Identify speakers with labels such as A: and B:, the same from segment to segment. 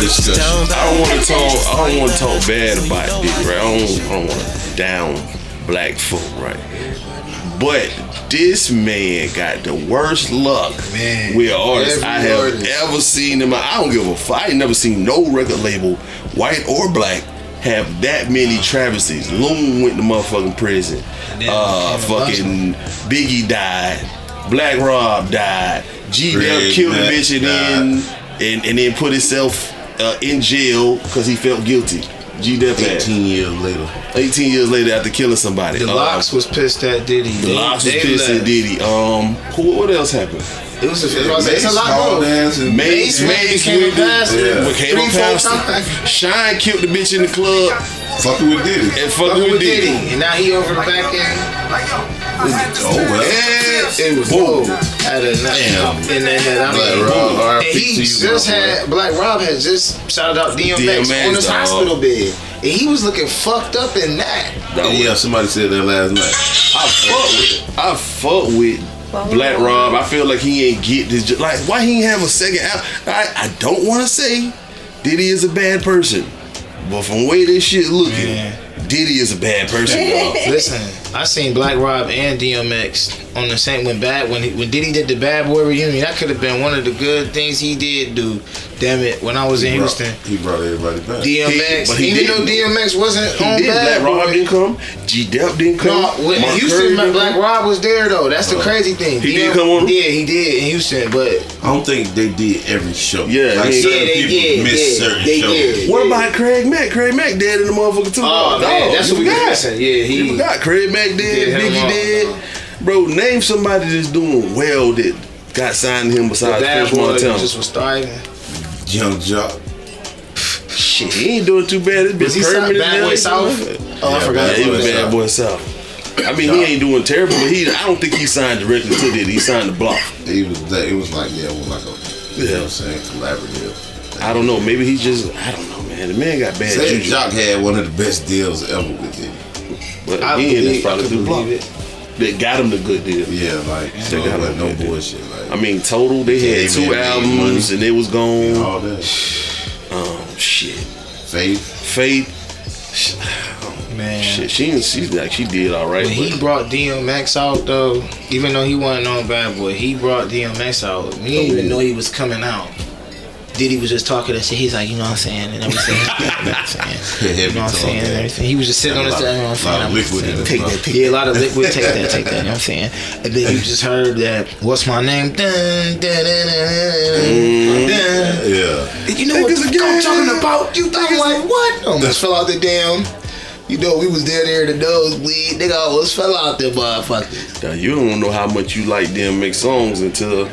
A: discussion. I don't want to talk. I don't want to talk bad about dick, right? I don't, I don't want to down black folk, right? But this man got the worst luck
B: Man,
A: with artists I
B: every
A: have
B: artist.
A: ever seen in my. I don't give a fuck. I ain't never seen no record label, white or black, have that many travesties. Loon went to motherfucking prison.
C: then
A: Uh,
C: came a bunch
A: fucking Biggie died. Black Rob died. G Dub
B: Big
A: killed a
B: Mac
A: bitch and then and, and then put himself uh, in jail because he felt guilty. G Dub eighteen.
B: Eighteen years later.
A: eighteen years later after killing somebody.
C: The
A: Uh,
C: locks was pissed at Diddy.
A: the
C: They-
A: Locks was
C: they
A: pissed
C: left.
A: at Diddy. Um, who, what else happened?
C: It was a, it was, it's a lot
B: Small
C: going
B: dance and-
A: Mace,
C: Mace
A: Mace,
C: became a
A: with the-
C: bastard.
A: yeah,
C: Three,
A: became a
C: four
A: bastard.
C: times.
A: Shine killed the bitch in the club
B: Fucking with Diddy.
A: and
C: Fucking
A: fucking with Diddy.
C: And now he over the back end.
A: And
C: It was
A: boom.
C: boom. Had a
B: Damn.
C: knife in that head. I
B: Black
C: mean,
B: Rob,
C: boom. And
B: RIP to
C: he
B: you,
C: just
B: my boy.
C: had Black Rob had just shouted out DMX,
A: DMX,
C: on his
A: dog.
C: hospital bed, and he was looking fucked up in that.
B: Oh, yeah, somebody said that last night.
A: I fuck with it. I fuck with Black Rob. I feel like he ain't get this. ju- Like, why he ain't have a second album? I, I don't want to say Diddy is a bad person, but from the way this shit looking, Diddy is a bad person. dog.
C: Listen, I seen Black Rob and DMX on the same when bad when he, when Diddy did the Bad Boy reunion. That could have been one of the good things he did do. Damn it, when I was in Houston,
B: He brought everybody back.
C: DMX.
A: He- but he didn't.
C: even though DMX wasn't
A: He
C: on
A: did.
C: Bad
A: Black Rob
C: Boy,
A: didn't come. G Dep didn't come.
C: No, when
A: Mark Curry
C: Houston,
A: didn't
C: Black
A: come.
C: Rob was there though. That's the crazy thing.
A: He
C: You
A: did
C: know-
A: come on?
C: Yeah, he did in Houston, but
B: I don't think they did every show.
A: Yeah,
B: like
A: they-
B: certain
C: Yeah, they
B: people
C: did,
B: missed
C: yeah,
B: certain
C: they
B: shows.
C: did.
A: What about Craig Mack? Craig Mack dead in the motherfucker too.
C: oh
A: Dog,
C: man, that's
A: you
C: what we
A: forgot.
C: got. Missing. Yeah,
A: You
C: he.
A: forgot Craig Mack
C: Yeah,
A: dead,
C: hell
A: Biggie
C: no.
A: dead. Bro, name somebody that's doing well that got signed to him
C: the
A: besides
C: bad
A: Fish
C: boy
A: Montana.
C: just was starting.
B: Young Jock.
A: Shit, he ain't doing too bad. It's been
C: Was he
A: permanent.
C: South- Bad
A: now,
C: Boy
A: you
C: South?
A: know?
C: Oh, I
B: Yeah,
C: forgot.
A: Yeah, he was
B: Boy
A: Bad
B: South.
A: Boy South. I mean, he ain't doing terrible, but he, I don't think he signed directly to it. He signed the block.
B: He was that. It was like yeah, it was like a you know what I'm saying collaborative.
A: I don't know. Maybe he just, I don't know, man. The man got bad
B: Say
A: juju.
B: Jock had one of the best deals ever with Diddy.
A: But
C: I
A: again, it's
C: believe, I
A: probably
C: could
A: the block
C: believe it.
A: that got him the good deal.
B: Yeah, like so
A: They
B: it
A: got him
B: wasn't no
A: good deal.
B: bullshit. Like
A: I mean, total, they
B: Yeah,
A: had
B: they
A: two
B: made money.
A: albums and it was gone.
B: all that
A: Oh, shit.
B: faith.
A: Faith. sh-
C: Man.
A: Shit, she she's like she did all right.
C: When he
A: but
C: brought DMX out though, even though he wasn't on Bad Boy, he brought DMX out. We didn't even know he was coming out. Diddy was just talking to us. He's like, you know what I'm saying, and everything. you know what I'm saying, and everything. He was just sitting on his.
B: Lot-
C: You know what I'm saying.
B: lot
C: I'm
B: of liquid in
C: saying.
B: his
C: Take
B: mouth.
C: that, take yeah, a lot of liquid. Take that, take that. You know what I'm saying. And then you just heard that. What's my name? Dun, dun, dun, dun, dun, dun.
B: Yeah,
C: You know what the
A: Niggas
C: fuck I'm
A: again.
C: talking about? You thought I'm like what? Almost fell out the damn. You know we was there there the nosebleed. Nigga almost fell out there, motherfucker.
A: now, uh, you don't know how much you like them make songs until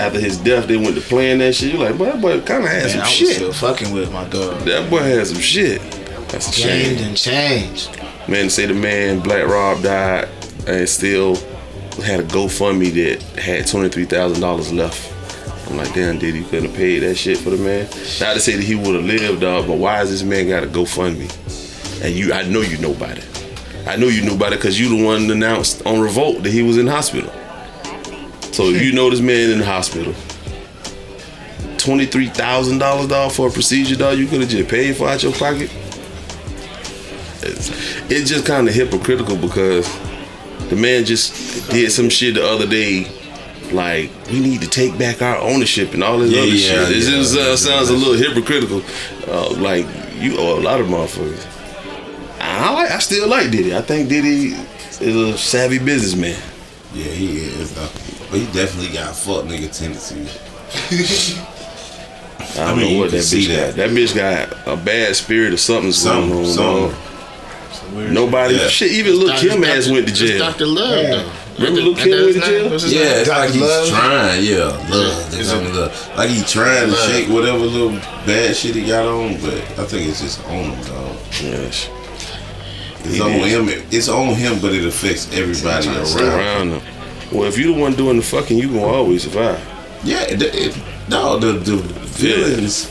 A: after his death they went to playing that shit. You're like, boy, that boy kind of had
C: And I
A: some
C: was
A: shit.
C: still fucking with my girl.
A: That boy had some shit. That's a
C: Changed
A: shame.
C: and changed.
A: Man, to say the man Black Rob died and still had a GoFundMe that had twenty three thousand dollars left. I'm like, damn, did he couldn't have paid that shit for the man? Not to say that he would have lived, dog, but why is this man got a GoFundMe? And you, I know you know about it. I know you knew about it because you the one that announced on Revolt that he was in hospital. So if you know this man in the hospital, twenty three thousand dollars dog for a procedure dog, you could have just paid for out your pocket. It's, it's just kind of hypocritical because the man just did some shit the other day. Like we need to take back our ownership and all this
B: Yeah,
A: other
B: yeah,
A: shit. It
B: yeah.
A: just uh, sounds a little hypocritical. Uh, like you owe a lot of motherfuckers. I like. I still like Diddy. I think Diddy is a savvy businessman.
B: yeah, he is. uh, But he definitely got fuck nigga tendencies.
A: I don't
B: mean,
A: know
B: you
A: what
B: can
A: that
B: see
A: bitch got.
B: that.
A: That bitch got a bad spirit or something.
B: Some,
A: going on,
B: some.
A: dog. Nobody.
B: Yeah.
A: Shit. Even Lil Kim ass went to
C: It's
A: jail.
C: Dr. Love though.
A: Remember Lil'
C: That-
A: Kim
C: that-
A: went to
C: that's
A: jail?
C: not- what's his name?
B: Yeah, it's like
C: Dr.
B: he's
C: Love.
B: trying. Yeah, love. They
C: Is
B: call
C: it-
B: me love. Like he trying to
C: Love.
B: shake whatever little bad shit he got on, but I think it's just on him, dog.
A: Yes.
B: It's
A: It
B: on
A: is.
B: him. It's on him, but it affects everybody around.
A: Around them. Well, if you the one doing the fucking, you gonna always survive.
B: Yeah, it, it, no, the the villains.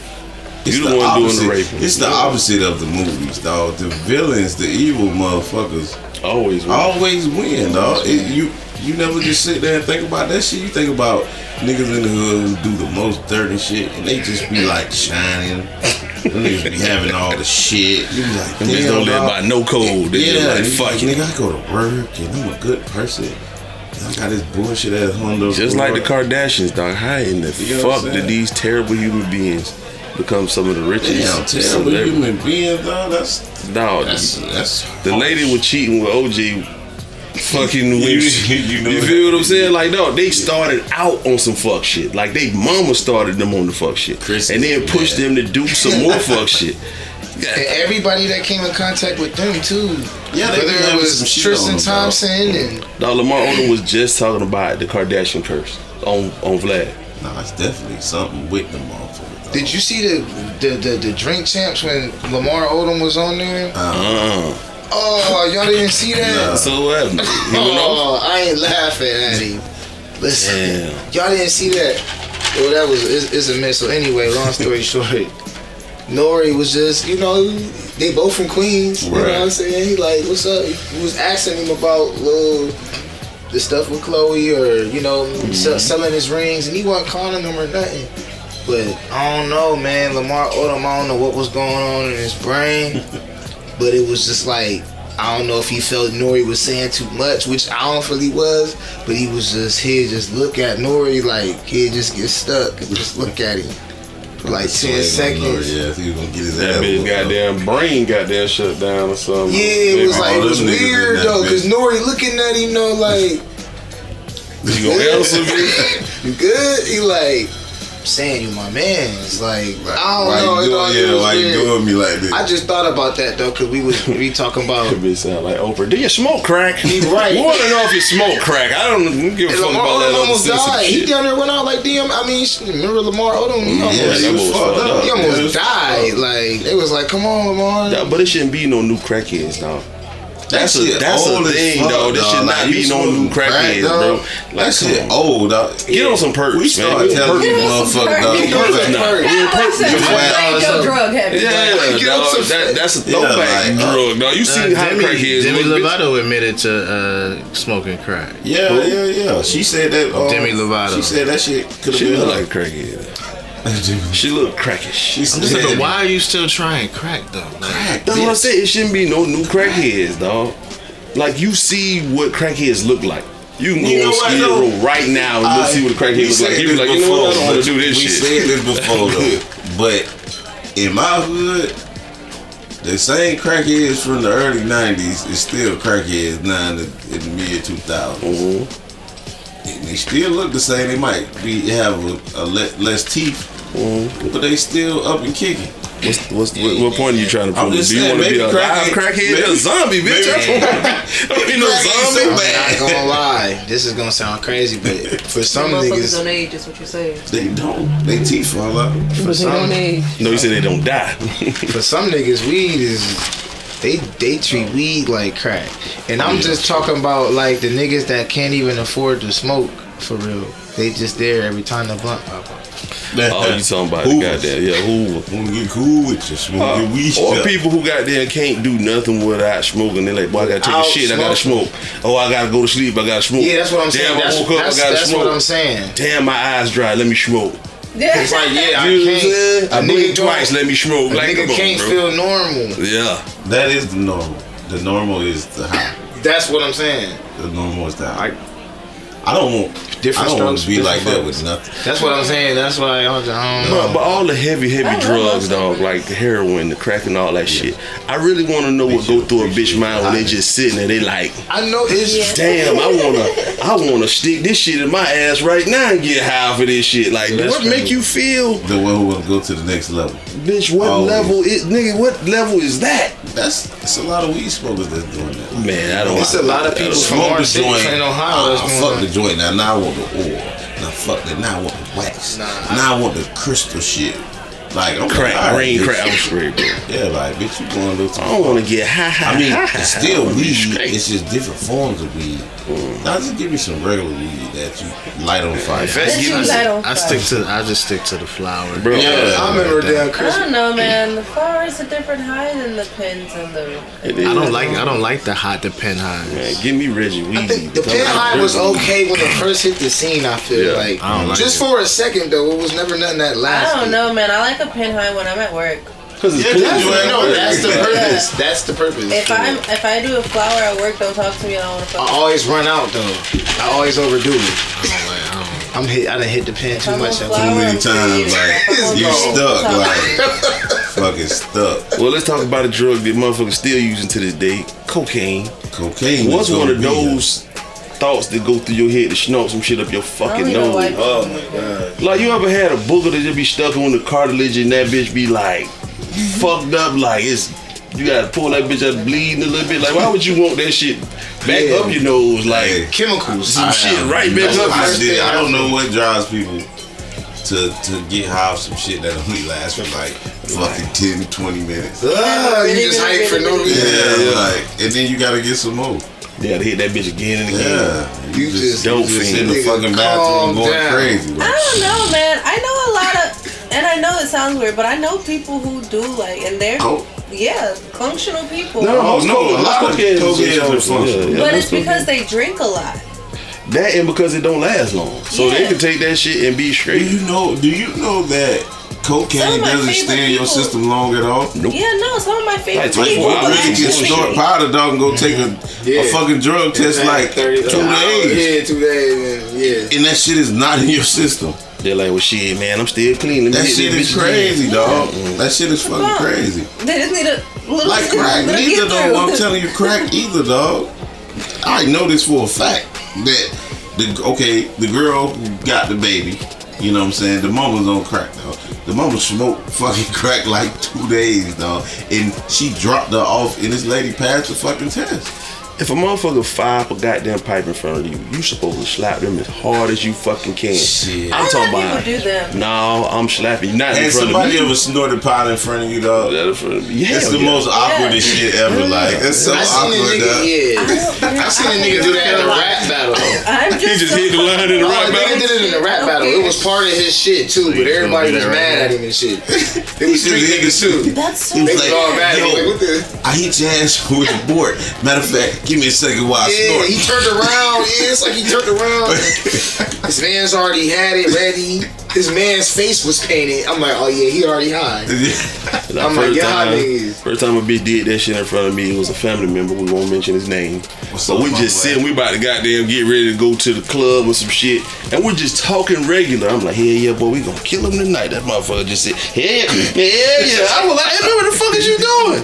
B: It's
A: You the one doing the
B: opposite.
A: raping.
B: It's the opposite of the movies, dog. The villains, the evil motherfuckers, Oh,
A: Always. will.
B: always win, dog. It, you You never just sit there and think about that shit. You think about niggas in the hood who do the most dirty shit, and they just be like shining. Them niggas be having all the shit. You be like,
A: Them niggas
B: damn,
A: don't live
B: dog.
A: by no code. They
B: Yeah,
A: just like, fuck it.
B: nigga, I go to work and I'm a good person. And I got this bullshit ass Honda.
A: Just like the
B: Accord.
A: Kardashians, dog. How in the
B: You know what
A: fuck
B: I'm
A: did
B: saying?
A: these terrible human beings become some of the richest?
B: Damn, terrible
A: celebrities?
B: human being, though. That's
A: Dog,
B: that's that's
A: the lady was cheating with OG. Fucking weeks.
B: you
A: You,
B: know that.
A: feel what I'm saying? Like, no, they started out on some fuck shit. Like, they mama started them on the fuck shit,
B: Chris
A: and
B: is
A: then pushed
B: mad.
A: them to do some more fuck shit.
C: And
A: Yeah,
C: everybody that came in contact with them too.
B: Yeah, they be
C: whether it
B: having
C: was
B: some shit on
C: Tristan
B: them, dog.
C: Thompson and
A: Dog, Lamar Odom was just talking about the Kardashian curse on on Vlad.
B: nah, it's definitely something with the motherfucker. dog.
C: did you see the the, the the drink champs when Lamar Odom was on there?
A: Uh,
C: Oh, y'all didn't see that?
A: so what? happened? He went off?
C: Oh, I ain't laughing at him. Listen,
A: Damn.
C: y'all didn't see that. Well, that was it's, it's a miss. So anyway, long story short, Nori was just you know they both from Queens. You know what I'm
B: Right.
C: saying? He like, what's up? He was asking him about little the stuff with Chloe or you know sell, selling his rings, and he wasn't calling him or nothing. But I don't know, man. Lamar Odom, I don't know what was going on in his brain, but it was just like I don't know if he felt Nori was saying too much, which I don't feel he was, but he was just here, just look at Nori like he just get stuck and just look at him for like ten
B: Swag on Lord,
C: seconds.
B: Yeah, he was gonna get his
A: That
B: ass
A: bitch
B: whooped, dog.
A: goddamn brain goddamn shut down or something.
C: Yeah, it was
B: All
C: like it was
B: them niggas in
C: weird
B: that
C: though, because
B: bitch.
C: Nori looking at him though like.
A: you gonna answer me?
C: you good? He like saying you my man. It's like I don't
B: why
C: know.
B: You
C: it all-
B: doing,
C: it
B: yeah,
C: was
B: why
C: weird.
B: you doing me like this?
C: I just thought about that though, cause we was we talking about.
A: That bitch sound like Oprah. Do you smoke crack?
C: He right.
A: We want to know if you smoke crack. I don't give a
C: And
A: fuck
C: Lamar
A: about that.
C: Odom
A: other
C: almost
A: sensitive
C: died. He
A: shit.
C: down there went out like damn. I mean, sh- remember Lamar Odom? He almost,
B: yeah, he
A: that
B: was
A: was
B: fucked
A: fucked
B: up.
A: up.
C: he
B: Yeah, it
C: almost
B: was-
C: died. Like they was like, come on, Lamar.
A: Nah, but it shouldn't be no new crackheads now.
B: That
A: That's a
B: shit
A: that's
B: old
A: a
B: as
A: thing,
B: fuck,
A: though. This
B: dog.
A: should
B: Like,
A: not
B: you
A: be no
B: smoking
A: new
B: crack,
A: crackheads,
B: dog?
A: bro.
B: that
A: Like,
B: shit
A: come on.
B: old, dog.
A: Get on some perks,
B: We
A: man.
B: start
A: We
B: telling
A: perks.
B: you,
A: Get
D: on some
B: motherfucker,
D: perks.
B: dog.
D: Get
B: you
A: on
B: perks
A: some
B: now.
A: perks.
D: That's why
A: Your
B: ass
D: I said you ain't
B: up.
D: no drug habit.
A: Yeah,
C: Like, get on
A: dog,
C: some
A: that,
C: shit.
A: that's a
B: Yeah,
A: throwback
B: like, uh,
A: drug, dog. You seen how
E: Demi,
A: crackheads
E: Demi
A: look, bitch?
E: Lovato admitted to uh, smoking crack.
B: Yeah, yeah, yeah. She said that. Um,
E: Demi Lovato.
B: She said that shit could have
A: She
B: been
A: look
B: like.
A: like a crackhead. She look crackish.
B: She
E: I'm just
B: said
E: thinking, why are you still trying crack though? Like,
B: Crack,
A: That's what I
B: bitch.
A: said. It shouldn't be no new crackheads, dog. Like you see what crackheads look like. You can go
B: You know
A: on
B: what,
A: Skid
B: though?
A: Row right now and
B: I-
A: look see what a
B: we
A: crackhead look like.
B: said
A: You be
B: this
A: like, you know what? I don't
B: before,
A: want to do this
B: we
A: shit.
B: said this before though, but in my hood, the same crackheads from the early '90s is still crackheads now in the, in the mid 2000s.
A: Mhm.
B: And they still look the same. They might be have a, a le- less teeth, but they still up and kicking.
A: What's, what's, what, what point are you trying to
B: I'm
A: prove?
B: just
A: Do you
B: saying,
A: want to
B: maybe
A: be a live
B: crackhead-
A: crackhead?
B: maybe-
A: You're a zombie, bitch.
B: maybe-
A: I don't be no
B: Crackhead so
A: zombie.
B: bad.
C: I'm not gonna lie, this is gonna sound crazy, but for some
D: Motherfuckers
C: niggas,
D: don't age, is what you saying.
B: They don't. They teeth fall out.
D: But they
C: some-
D: don't age.
A: No, you said they don't die.
C: for some niggas, weed is they they treat weed like crack, and I'm just talking about like the niggas that can't even afford to smoke for real. They just there every time the blunt pop up.
A: oh, you talking about
B: Who-
A: the goddamn yeah, Hoover.
B: Wanna get cool with you? Smoke
A: Uh,
B: your weed
A: or
B: up.
A: people who got there can't do nothing without smoking. They like, boy, I gotta take a
C: Without
A: shit. I gotta
C: smoking.
A: smoke. Oh, I gotta go to sleep. I gotta smoke.
C: Yeah, that's what I'm saying.
A: Damn,
C: that's
A: I woke up.
C: that's,
A: I gotta
C: that's
A: smoke.
C: what I'm saying.
A: Damn, my eyes dry. Let me smoke.
C: It's like yeah, I
A: You know what I'm saying?
C: can't.
A: I
C: a
A: blink
C: nigga don't-
A: twice. Let me smoke.
C: a
A: Like,
C: nigga
A: come on,
C: can't
A: bro.
C: feel normal.
A: Yeah.
B: That is the normal. The normal is the high.
C: That's what I'm saying.
B: The normal is the high. I don't want.
C: Different
B: I don't want
C: strokes
B: to
C: for
B: be
C: different
B: like that
C: folks.
B: with nothing.
C: That's what I'm saying. That's why I don't, I don't
A: Bro,
C: know.
A: but all the heavy, heavy
D: I love
A: drugs,
D: those
A: dog, like the heroin, the crack, and all that shit. I really want to know what go through a bitch mind when they just sitting there. They like,
C: I know it's
A: damn, I wanna, I wanna stick this shit in my ass right now and get high for this shit. Like,
E: That's
A: what make
E: true.
A: you feel,
B: The one who will go to the next level.
A: bitch? What
B: Always.
A: level is, nigga? What level is that?
B: That's it's a lot of weed smokers that's doing that.
A: Man, I don't.
C: It's a lot of people from
B: Smoke
C: our
B: the
C: city
B: joint.
C: in Ohio.
B: Ah,
C: that's going
B: fuck
C: on.
B: the joint. Now, now I want the oil. Now fuck that. Now I want the wax.
C: Nah,
B: now I want the crystal shit. Like I'm
A: Crack,
B: like, all right,
A: green
B: bitch.
A: crack. I'm straight, bro.
B: Yeah, like bitch, you going a little too
A: I don't want to get high, high.
B: I mean,
A: high,
B: it's
A: high.
B: still
A: I'm
B: weed.
A: straight.
B: It's just different forms of weed. Now just give me some regular weed that you light on fire.
C: If that's
D: Let
C: you,
D: you light on
C: I, I stick
D: fire.
C: to. I just stick to the flower.
A: Bro,
B: Yeah.
E: I remember that
D: I
E: Christmas.
D: don't know, man. The flower is a different high than the pins and the.
A: it is.
C: I don't like. I don't like the hot the pen highs.
A: Man, give me Reggie Weezy.
F: I think the pin high was okay when it first hit the scene. I feel
A: Yeah,
F: like,
C: I don't like
F: just
C: it.
F: for a second though, it was never nothing that
D: I
F: lasted.
D: don't know, man. I like a pin high when I'm at work.
A: Because it's
B: Yeah,
A: cool.
B: that's
A: man.
B: what I
F: No,
B: know.
F: that's the purpose. That's the purpose.
D: If I'm if I do a flower at work, don't talk to me. I don't want to
F: I
D: fuck.
F: always run out though. I always overdo it.
C: I don't like. I don't.
F: I'm hit. I done hit the pin
D: If
F: too
D: I'm a
F: much.
D: flower,
F: I
B: Too many
D: I'm
B: times,
D: serious.
B: like
D: I'm
B: you
D: gonna
B: stuck,
D: talk.
B: like fucking stuck.
A: Well, let's talk about a drug that motherfuckers still using to this day cocaine.
B: Cocaine.
A: What's
B: is
A: one
B: gonna
A: of
B: be a-
A: those thoughts that go through your head to snort some shit up your
D: I
A: fucking
D: don't even like.
A: nose?
B: Oh.
A: Like, you ever had a booger that just be stuck on the cartilage and that bitch be like fucked up? Like, it's. You gotta pull that bitch out bleeding a little bit. Like, why would you want that shit back
F: Yeah.
A: up your nose? Like,
B: Hey.
F: chemicals.
A: some
B: I-
A: shit right
B: You know,
A: back up.
B: I,
A: your-
B: did, I don't know what drives people to to get high off some shit that only lasts for like fucking 10, 20 minutes. Yeah,
F: Ah, you just hype for no reason.
B: like and then you gotta get some more.
A: You gotta hit that bitch again and again.
B: Yeah,
F: You just-
A: Dope
B: you just
A: fiend.
B: in the
F: Nigga,
B: fucking
F: calm
B: bathroom going
F: down.
B: crazy. bro.
D: I don't know, man. I know a lot of, and I know it sounds weird, but I know people who do like, and they're
F: Oh.
B: Coke?
D: yeah, functional people.
B: Oh,
A: most
B: no,
A: coke-
B: a lot
A: most
B: of
A: cocaine is
B: cocaine
A: just-
B: is functional.
A: yeah,
D: but
A: yeah,
D: it's
A: most cocaine.
D: because they drink a lot.
A: That and because it don't last long. So they
D: Yeah.
A: can take that shit and be
B: Do
A: straight.
B: you know? Do you know that
D: Some
B: cocaine
D: of my
B: doesn't
D: favorite
B: stay in your
D: people-
B: system long at all?
A: Nope.
D: Yeah, no, some of my favorite
A: Like 24
D: people
B: Well, I really
D: actually.
B: can snort powder, dog, and go take a,
F: Yeah.
B: a fucking drug test like two days,
F: Yeah, two days. and- Yeah.
B: and that shit is not in your system.
A: They're like, well, shit, man, I'm still clean. Let me
B: That
A: hit
B: shit
A: this
B: is
A: bitch again.
B: crazy, dog. That shit is fucking
D: Fuck.
B: crazy.
D: They just need a little
B: Like crack,
D: little
B: neither
D: get
B: though.
D: through.
B: I'm telling you, crack either, dog. I know this for a fact that the okay, the girl who got the baby. You know what I'm saying? The mama's on crack, dog. The mama smoked fucking crack like two days, dog, and she dropped her off, and this lady passed the fucking test.
A: If a motherfucker fire up a goddamn pipe in front of you, you supposed to slap them as hard as you fucking can.
B: Shit.
A: I'm
D: I
A: talking
D: let
A: about.
D: people do that.
A: No, I'm slapping you. Not in
B: And
A: front of
B: somebody
A: me.
B: ever snorted pot in front of you, dog.
A: Not in front of me. Yeah,
B: That's the
A: yeah. Mm.
B: most awkwardest shit ever. Like, it's so
F: I seen a
B: awkward. dog.
F: nigga.
D: I
F: Yeah.
D: don't-
F: I seen a nigga do that in a rap battle. though.
D: I'm just,
A: He just hit the line in the
F: Oh,
A: rap
F: the nigga did it in a rap battle. It was part of his shit too, but everybody was mad at him and shit. It was street niggas too.
D: That's so
B: He
F: They
B: was
F: was
D: weird.
F: all mad.
B: Yo.
F: Like, what the?
B: I hit your ass with a board. Matter of fact, give me a second while I
F: Yeah,
B: snort.
F: he turned around. Yeah, it's like he turned around. His man's already had it ready. His man's face was painted. I'm like, oh yeah, he already high.
A: Like,
F: I'm like,
A: first,
F: y'all
A: time,
F: niggas.
A: first time a bitch did that shit in front of me, it was a family member. We won't mention his name.
B: What's
A: but
B: up,
A: we
B: my
A: just
B: boy?
A: sitting, we about to goddamn get ready to go to the club or some shit. And we're just talking regular. I'm like, hell yeah, boy, we gonna kill him tonight. That motherfucker just said, hell yeah, hell yeah. I was like, hey, man, what the fuck is you doing?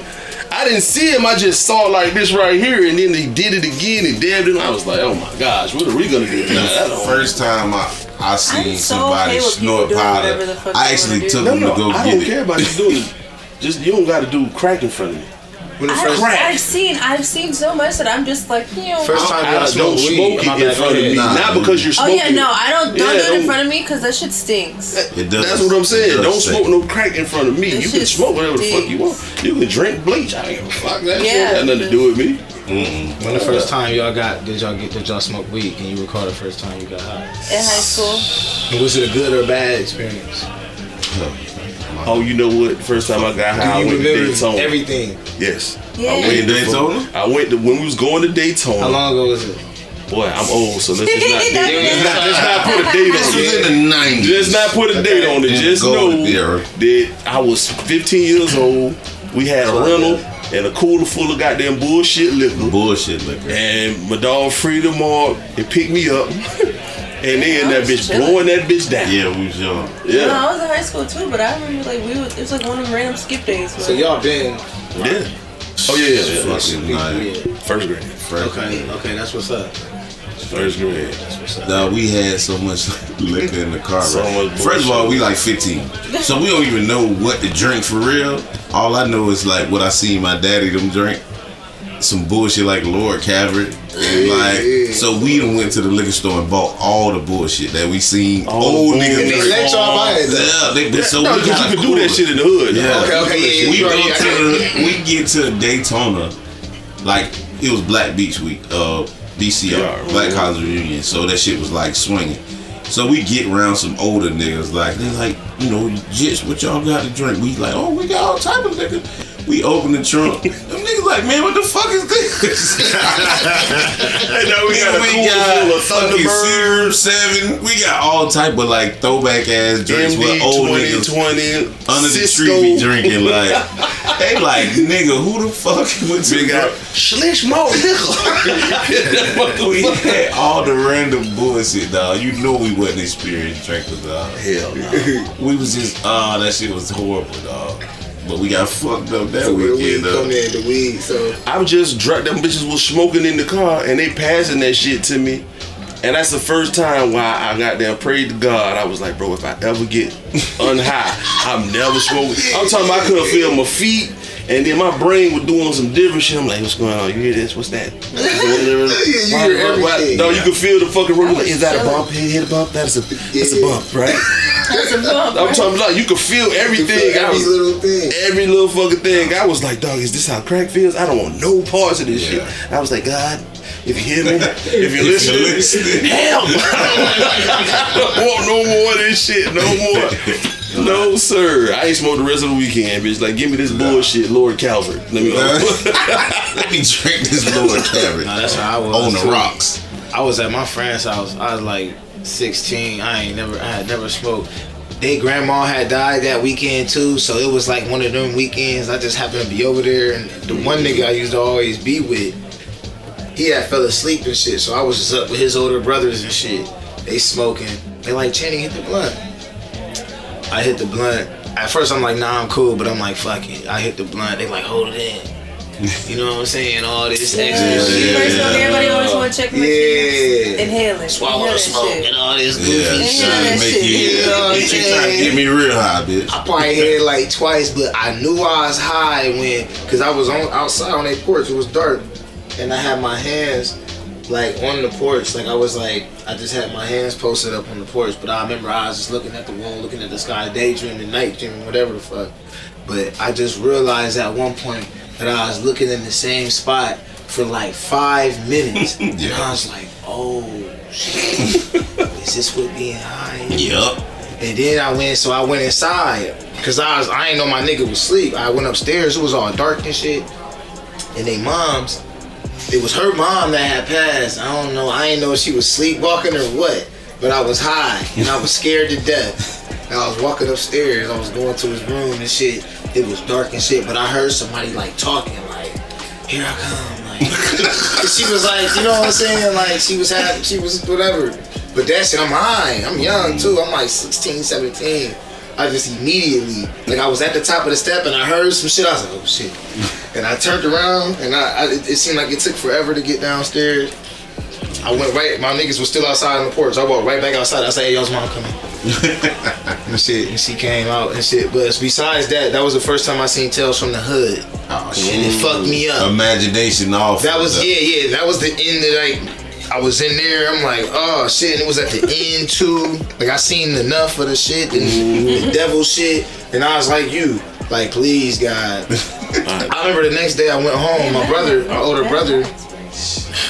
A: I didn't see him. I just saw like this right here, and then he did it again and damn it. I was like, oh my gosh, what are we gonna do tonight? I
B: That's
A: don't-
B: the first time I, I seen
D: I'm so
B: somebody
D: okay with people
B: snort
D: doing
B: powder.
D: whatever the fuck
B: I
D: they
B: actually
D: wanna do.
B: took
A: no,
B: him to
A: no,
B: go
A: I
B: get
A: don't
B: it.
A: care about you doing. it. Just you don't gotta do crack in front of me.
F: When the
D: I've,
F: first
A: Crack.
D: I've seen I've seen so much that I'm just like, you know.
F: First time
A: I
F: y'all
A: don't smoke
F: smoked weed,
A: it
F: my
A: in
F: bad,
A: front
F: go
A: of
F: ahead.
A: me.
B: Nah.
A: Not because you're
D: oh
A: smoking.
D: yeah, no, I don't don't
A: Yeah,
D: do it
A: don't-
D: in front of me because that shit stinks.
B: It does.
A: That's what I'm
B: It
A: saying.
B: does
A: Don't
B: say-
A: smoke no crack in front of me.
D: That
A: you can
D: shit
A: smoke whatever the fuck you want. You can drink bleach. I ain't gonna fuck that shit. That
D: Yeah.
A: Had nothing to do with me.
F: When the first time y'all got did y'all get did y'all smoke weed? Can you recall the first time you got high?
D: In high school,
F: And was it a good or a bad experience?
A: Oh, you know what? First time I got high, I
F: you
A: went to
F: remember
A: Daytona.
F: everything?
A: yes.
D: Yeah.
A: I
D: In
A: went to
B: Daytona?
A: I went to when we was going to Daytona.
F: How long ago was it?
A: Boy, I'm old, so let's just not,
D: That
A: let's
D: is-
A: not, let's not put a date
B: This
A: on
B: was
A: it.
B: in the 90s.
A: Just not put a date on it.
B: Just
A: Just
B: go
A: know
B: with the era.
A: that I was 15 years old. We had a rental and a cooler full of goddamn bullshit liquor.
B: Bullshit liquor.
A: And my dog Freedom Mob, he picked me up. And then
D: I
A: that
D: was
A: bitch
D: chilling.
A: blowing that bitch down. Yeah.
B: Yeah, we was young.
D: No,
A: Yeah.
D: I was in high school too, but I remember like we was it was like one of them random skip days.
F: So y'all been
A: Oh, yeah, yeah, yeah.
B: Fucking like,
A: First grade.
F: okay, okay, that's what's up.
A: First grade.
B: Nah, we had so much liquor in the car.
A: So
B: right?
A: much
B: First of all, we like 15, so we don't even know what to drink for real. All I know is like what I seen my daddy them drink. some bullshit like Lord Cavert. And
G: Yeah.
B: like, so we done went to the liquor store and bought all the bullshit that we seen old
A: bullshit. And
B: niggas.
A: Oh, they
B: drink.
G: let y'all buy it, though.
B: Yeah, they, but so
A: No,
B: we
A: because
B: got
A: you
B: a
A: can do that
B: cooler.
A: shit in the hood.
B: Yeah.
A: dog.
G: Okay, okay, yeah,
B: we
G: yeah.
B: go
G: you already-
B: to the, we get to Daytona, like it was Black Beach Week, uh, BCR,
A: Yeah.
B: Black College Reunion. So that shit was like swinging. So we get around some older niggas, like they like, you know, just what y'all got to drink. We like, oh, we got all type of liquor. We open the trunk. Them niggas like, man, what the fuck is
A: Hey,
B: this?
A: now we got a
B: we
A: cool full
B: got
A: of
B: fucking
A: Thunderbird.
B: Serum Seven. We got all type of like throwback ass drinks with old niggas.
A: MD 2020
B: under the
A: Cisco.
B: street be drinking like they like nigga who the fuck went to
A: Nigga,
B: the
G: Schlich more
B: we had all the random bullshit dog you know we wasn't experienced drinkers dog
A: Hell no.
B: we was just ah that shit was horrible dog but we got fucked up that
G: The weed
B: weekend
G: come
B: though
G: in, the weed. So
A: I'm just drunk. Them bitches was smoking in the car and they passing that shit to me. And that's the first time why I got there. Prayed to God. I was like, bro, if I ever get unhigh, I'm never smoking. I'm talking about I couldn't feel my feet. And then my brain was doing some different shit. I'm like, what's going on? You hear this? What's that?
G: you hear
A: Why- why-
G: everything.
A: No, you can feel the fucking room. Like, is that a
D: chilling.
A: bump? Hit, hit a bump? That's a that's a
G: Yeah.
A: bump, right?
D: That's a bump.
A: I'm
D: right?
A: talking about you can feel
G: you
A: everything.
G: feel every
A: I was-
G: little thing.
A: every little fucking thing. I was like, dog, is this how crack feels? I don't want no parts of this
B: Yeah.
A: shit. I was like, God, if you hear me, if you're
B: If
A: listening,
B: you're listening.
A: damn, I don't want no more of this shit, no more. No, sir. I ain't smoked the rest of the weekend, bitch. Like, give me this bullshit, Lord Calvert. Let me.
B: let me drink this Lord Cabot
C: Nah, that's how I was.
B: on the
C: too.
B: rocks
C: I was at my friend's house. I was like 16. I ain't never, I had never smoked. They grandma had died that weekend too, so it was like one of them weekends. I just happened to be over there, and the one nigga I used to always be with, he had fell asleep and shit. So I was just up with his older brothers and shit. They smoking. They like Channing hit the blunt. I hit the blunt. At first I'm like, nah, I'm cool, but I'm like, fuck it. I hit the blunt. They like, hold it in. You know what I'm saying? All this extra
D: Yeah,
C: shit.
B: yeah,
D: First
B: yeah.
D: off, everybody always want to check my
C: Yeah.
D: cheeks. Inhaling.
C: swallow
D: Inhale
C: the
D: that
C: smoke
D: shit.
C: and all this goofy
B: yeah
D: shit.
B: trying to make you
D: You
C: know what I'm
B: yeah she trying to
C: saying?
B: get me real high bitch
C: I probably hit it like twice, but I knew I was high when, cause I was on outside on that porch. It was dark, and I had my hands like on the porch. Like I was like, I just had my hands posted up on the porch. But I remember I was just looking at the wall, looking at the sky, daydreaming, night dreaming, whatever the fuck. But I just realized at one point that I was looking in the same spot for like five minutes, and I was like, oh shit, is this what being high? is?
B: yup
C: And then I went, so I went inside, cause I was, I ain't know my nigga was asleep. I went upstairs, it was all dark and shit. And they moms, it was her mom that had passed. I don't know, I ain't know if she was sleepwalking or what, but I was high and I was scared to death. And I was walking upstairs, I was going to his room and shit. It was dark and shit, but I heard somebody like talking, like, here I come, like. And she was like, you know what I'm saying? Like she was happy, she was whatever. But that shit, I'm high. I'm young too. I'm like 16, 17. I just immediately, like I was at the top of the step and I heard some shit. I was like, oh shit. And I turned around and I, I it it seemed like it took forever to get downstairs. I went right, my niggas was still outside on the porch. I walked right back outside. I said, hey, y'all's mom coming. and shit, and she came out and shit. But besides that, that was the first time I seen Tales from the Hood.
B: oh
C: And
B: shit
C: it fucked me up.
B: imagination off
C: That was yeah, yeah. That was the end of like I was in there. I'm like, oh shit. And it was at the end too. Like I seen enough of the shit and
B: Mm-hmm.
C: the devil shit. And I was like, you, like please God. I remember the next day I went home. My brother, my older brother.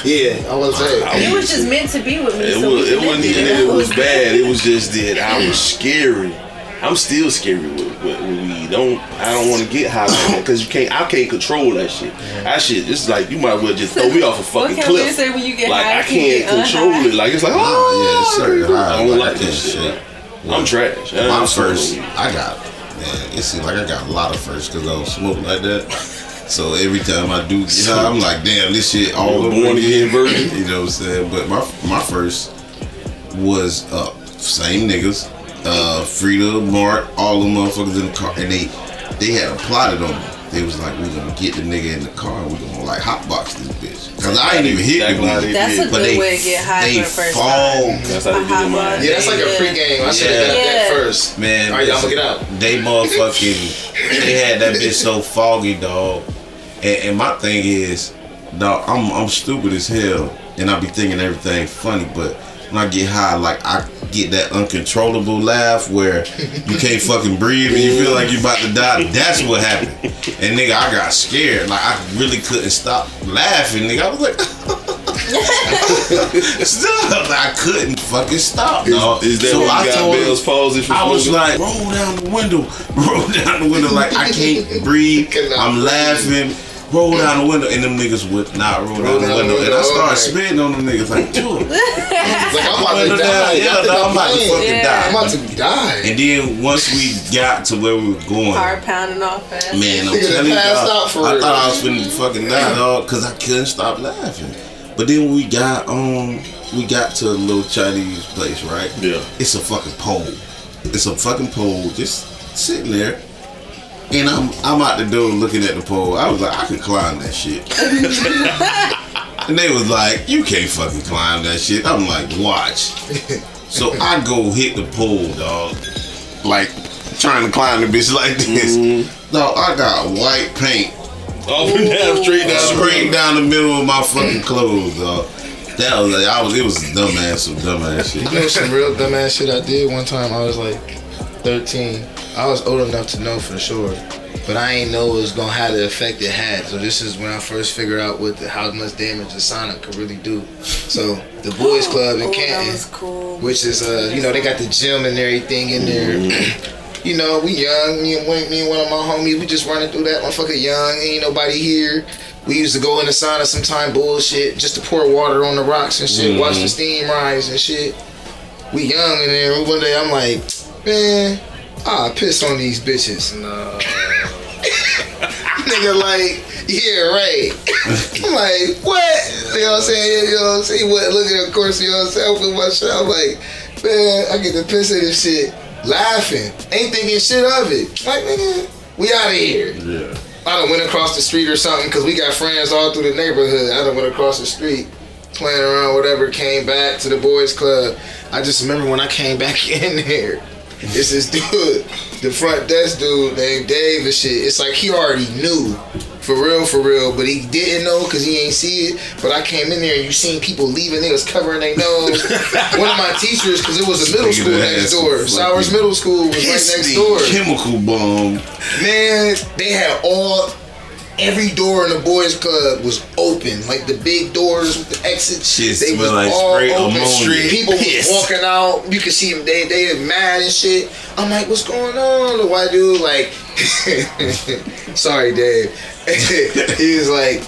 C: Yeah, I was like,
D: It was just meant to be with me.
A: It,
D: so
A: was,
D: we
A: it wasn't
D: connected.
A: even that it was bad. It was just that I was scary. I'm still scary with, with, with weed. Don't I don't want to get high because you can't. I can't control that shit. That shit. It's like you might as well just throw me off a
D: What
A: fucking
D: can we
A: cliff.
D: say when you get
A: like
D: high?
A: I
D: if you
A: can't
D: get
A: control
D: unhigh?
A: it. Like it's like
B: yeah
A: oh,
B: certain high
A: I don't like
B: that
A: this shit.
B: shit
A: I'm trash. I
B: My
A: don't smoke
B: first,
A: weed.
B: I got, man, it seems like I got a lot of firsts because I don't smoke like that. So every time I do, you know, I'm like, damn, this shit all
A: You
B: over
A: were born again virgin?
B: You know what I'm saying? But my my first was uh, same niggas, uh, Frida, Mark, all the motherfuckers in the car, and they they had plotted on me. They was like, we gonna get the nigga in the car, and we gonna like hotbox this bitch, cause I ain't even hit the
A: Exactly how
B: weed.
A: they
D: That's
A: Yeah,
D: a
B: But
D: good
B: they,
D: way to get high
B: they
D: for the first
B: fall.
D: time.
A: That's how
D: A
A: they get
D: hot
A: in mine.
D: one.
C: yeah, that's like a pregame. I should have got that
D: Yeah.
C: first.
B: Man,
C: all right, y'all get out.
B: They motherfucking, they had that bitch so foggy, dog. And, and my thing is, dog, I'm I'm stupid as hell, and I be thinking everything funny, but when I get high, like I get that uncontrollable laugh where you can't fucking breathe and you feel like you're about to die. That's what happened, and nigga, I got scared. Like I really couldn't stop laughing, nigga. I was like. Stop! I couldn't fucking stop, dog.
A: Is that
B: so
A: what
B: I
A: you got
B: told him-
A: Bell's palsy from
B: I was
A: smoking?
B: like, roll down the window, roll down the window. Like I can't breathe.
C: Cannot
B: I'm
C: breathe.
B: laughing. Roll down the window, and them niggas would not roll, down, the window. And I started
C: alright.
B: spitting on them niggas like, dude,
C: Like, I'm about
B: window
C: to die.
B: down. Yeah,
C: Y'all think
B: dog, I'm
C: I'm
B: about to
C: playing.
B: fucking
D: Yeah.
C: I'm
B: die.
C: about to die.
B: And then once we got to where we were going,
D: Hard pounding off fast.
B: Man, I'm
C: Nigga
B: telling you,
C: passed
B: dog,
C: out for
B: I
C: real.
B: thought I was finna fucking die, dog, because I couldn't stop laughing. But then we got um, we got to a little Chinese place, right?
A: Yeah.
B: It's a fucking pole. It's a fucking pole, just sitting there. And I'm I'm out the door looking at the pole. I was like, I could climb that shit. and they was like, you can't fucking climb that shit. I'm like, watch. So I go hit the pole, dog. Like trying to climb the bitch like this. No, I got white paint
A: Off and down, straight down. the
B: sprayed down the middle of my fucking clothes, dog. That was like I was it was dumbass some dumbass
C: You
B: shit.
C: know some real dumbass shit I did one time. I was like 13. I was old enough to know for sure, but I ain't know it was gonna have the effect it had. So this is when I first figured out what the, how much damage a Sonic could really do. So the boys club in
D: Ooh,
C: Canton,
D: Oh, that was cool.
C: which is uh you know they got the gym and everything in there. You know, we young, me and, one, me and one of my homies, we just running through that motherfucker young, ain't nobody here. We used to go in the sauna sometime, bullshit, just to pour water on the rocks and shit, watch the steam rise and shit. We young in there, and one day I'm like, man, I piss on these bitches. And, uh, nigga, like, yeah, right. I'm like, what? You know what I'm saying? You know what I'm saying? He wasn't looking, of course, you know what I'm saying? With my shit, I'm like, man, I get the piss of this shit, laughing, ain't thinking shit of it. Like, nigga, we out of here.
B: Yeah.
C: I done went across the street or something because we got friends all through the neighborhood. I done went across the street, playing around, whatever. Came back to the boys' club. I just remember when I came back in there. It's this dude, the front desk dude named Dave and shit. It's like he already knew, for real, for real, but he didn't know because he ain't see it. But I came in there and you seen people leaving, they was covering their nose. One of my teachers, because it was a middle
B: Nigga
C: school
B: that
C: next
B: ass
C: door.
B: fucking
C: Sowers Middle School was right next
B: Pissed
C: door.
B: the Chemical bomb.
C: Man, they had all every door in the boys' club was open, like the big doors with the exit.
B: Shit
C: they was
B: smell like
C: all
B: straight
C: open.
B: ammonia.
C: Street people
B: Piss.
C: was walking out. You could see them. They they was mad and shit. I'm like, what's going on? The white dude like, sorry, Dave. he was like,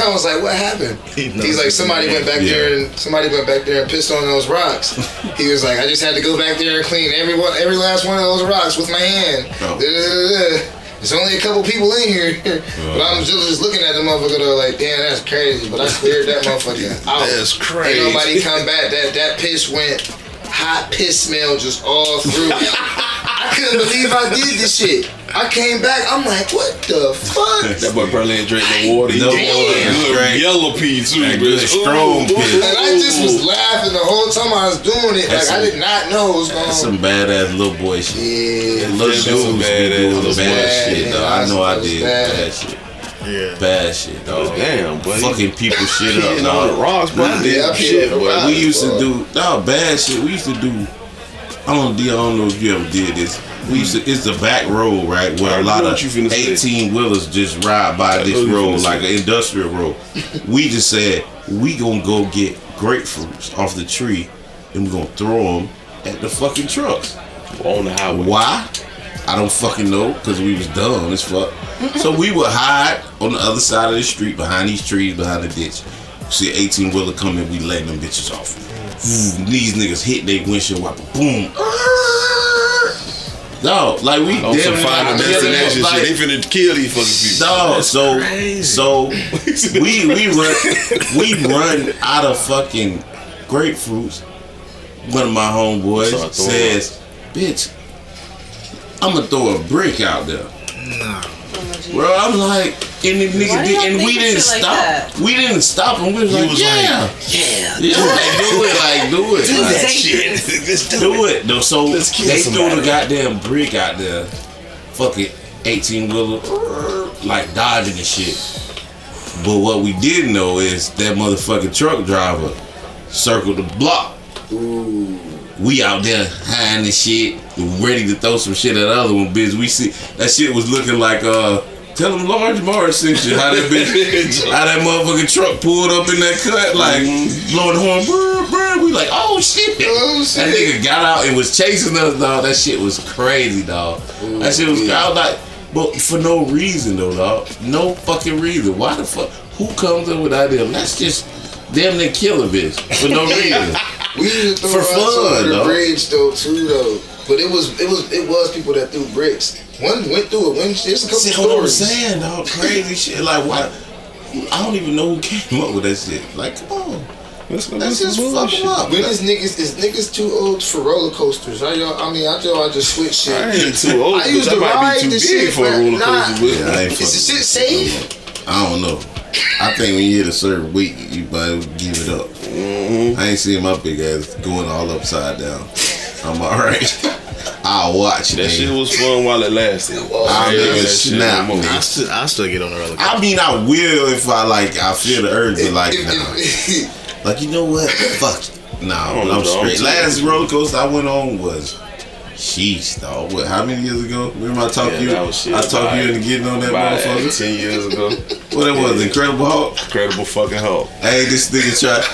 C: I was like, what happened? He's like, somebody went back
B: Yeah.
C: there and somebody went back there and pissed on those rocks. he was like, I just had to go back there and clean every one, every last one of those rocks with my hand.
B: Oh.
C: Da-da-da-da. There's only a couple people in here, but I'm just, just looking at the motherfucker though, like, damn, that's crazy. But I cleared that motherfucker out.
B: That's crazy.
C: Ain't nobody come back. That that piss went hot piss smell just all through. I couldn't believe I did this shit. I came back. I'm like, what the fuck?
A: That boy probably ain't drank no water. He
B: No
A: drank
B: water.
A: that good
B: Straight.
A: Yellow pee too,
B: That
A: bro.
B: good strong
A: Ooh,
B: pee.
A: ooh,
C: And I just was laughing the whole time I was doing it.
B: That's
C: like I
B: some-
C: did not know it was going.
B: That's some badass little boy shit.
C: yeah.
B: Little
A: that's
B: dudes be
A: some
B: doing
A: badass
B: bad,
A: little
C: boy.
B: shit, dog.
C: Yeah,
B: I know I
C: that's-
B: did
C: that's
B: bad,
C: bad.
B: shit.
C: Yeah.
B: Bad shit, dog.
A: Damn, buddy.
B: Fucking people shit up,
A: Hitting all the
B: dog.
A: rocks, bro. I did
C: Yeah, I
A: shit,
C: peed on the
A: boy.
C: rocks.
B: We used to
C: bro.
B: do dog bad shit. We used to do. I don't, I don't know if you ever did this. We used to. It's the back road, right,
A: I
B: where a
A: know
B: lot
A: what
B: of
A: you finna say.
B: eighteen wheelers just ride by
A: know
B: this
A: you
B: road
A: finna
B: like
A: say.
B: an industrial road. we just said we gonna go get grapefruits off the tree and we gonna throw them at the fucking trucks.
A: on the highway.
B: Why? I don't fucking know because we was dumb as fuck. so we would hide on the other side of the street, behind these trees, behind the ditch. See, an eighteen wheeler coming, we letting them bitches off. Vroom, These niggas hit they windshield wiper, boom. Dog, like we
A: On some
B: damn
A: final
B: near
A: destination
B: like-
A: shit. They finna kill these fucking people.
B: Dog, so so we we run we run out of fucking grapefruits. One of my homeboys
A: Start throwing
B: says, "Bitch, I'm gonna throw a brick out there." Bro, I'm like, and the nigga
D: Why do
B: did,
D: y'all
B: and we
D: think of
B: didn't
D: shit like
B: stop.
D: that?
B: we didn't stop, and we was
A: was
B: like,
A: like,
B: "Yeah,
A: Yeah.
B: yeah, like, do it, like do it,
A: Do
B: Like,
A: that shit. Let's do it.
B: do it. No, so
A: Let's kill
B: they
A: somebody.
B: threw the goddamn brick out there, fucking eighteen wheeler, like dodging and shit. But what we did know is that motherfucking truck driver circled the block. We out there hiding the shit, ready to throw some shit at the other one, bitch. We see that shit was looking like uh tell them large Morris sent you how that bitch how that motherfucking truck pulled up in that cut like
A: Mm-hmm.
B: blowing the horn brr, brr. we like oh shit
C: Oh,
B: that
C: shit.
B: nigga got out and was chasing us dog that shit was crazy dog that shit was I was like but for no reason though dog no fucking reason why the fuck who comes up with the idea let's just damn near kill a bitch for no reason
C: We used to throw
B: For
C: rocks
B: fun,
C: over the
B: though.
C: bridge though too though. But it was it was it was people that threw bricks. One went through it. One there's a couple
B: See what I'm
C: stories.
B: saying, dog? Crazy shit. Like, why? I don't even know who came up with that shit. Like, come on. That's just fuck 'em up.
C: When is niggas is niggas too old for roller coasters? I y'all, I mean I tell I just switch shit.
A: I ain't too old.
C: I
A: but
C: used
A: that
C: to
A: might
C: ride
A: be too big
C: this shit,
A: for a
C: man.
A: roller
C: Nah.
A: coaster. with.
B: Yeah, I ain't
C: Is the
B: fucking
C: shit
B: with
C: safe?
B: it. I don't know. I think when you hit a certain weight, you might give it up.
A: mm-hmm.
B: I ain't seeing my big ass going all upside down. I'm all right. I'll watch
A: That
B: nigga.
A: shit was fun while it lasted.
B: I
A: Yeah,
B: nigga
A: that shit
B: snap.
A: was
E: I
A: more-
E: still, I still get on the roller coaster.
B: I mean, I will if I like. I feel the urge, but like,
C: If-
B: nah.
C: if-
B: Like you know what? Fuck it. Nah,
A: don't know,
B: I'm
A: dog.
B: straight. Last roller coaster I went on was, sheesh, dog. What? How many years ago? Remember I talked
A: Yeah,
B: you?
A: that was shit.
B: I talked you
A: About-
B: into getting on that
A: about
B: motherfucker.
A: ten years ago.
B: What it was? Incredible Hulk.
A: Incredible fucking help.
B: Hey, this nigga tried.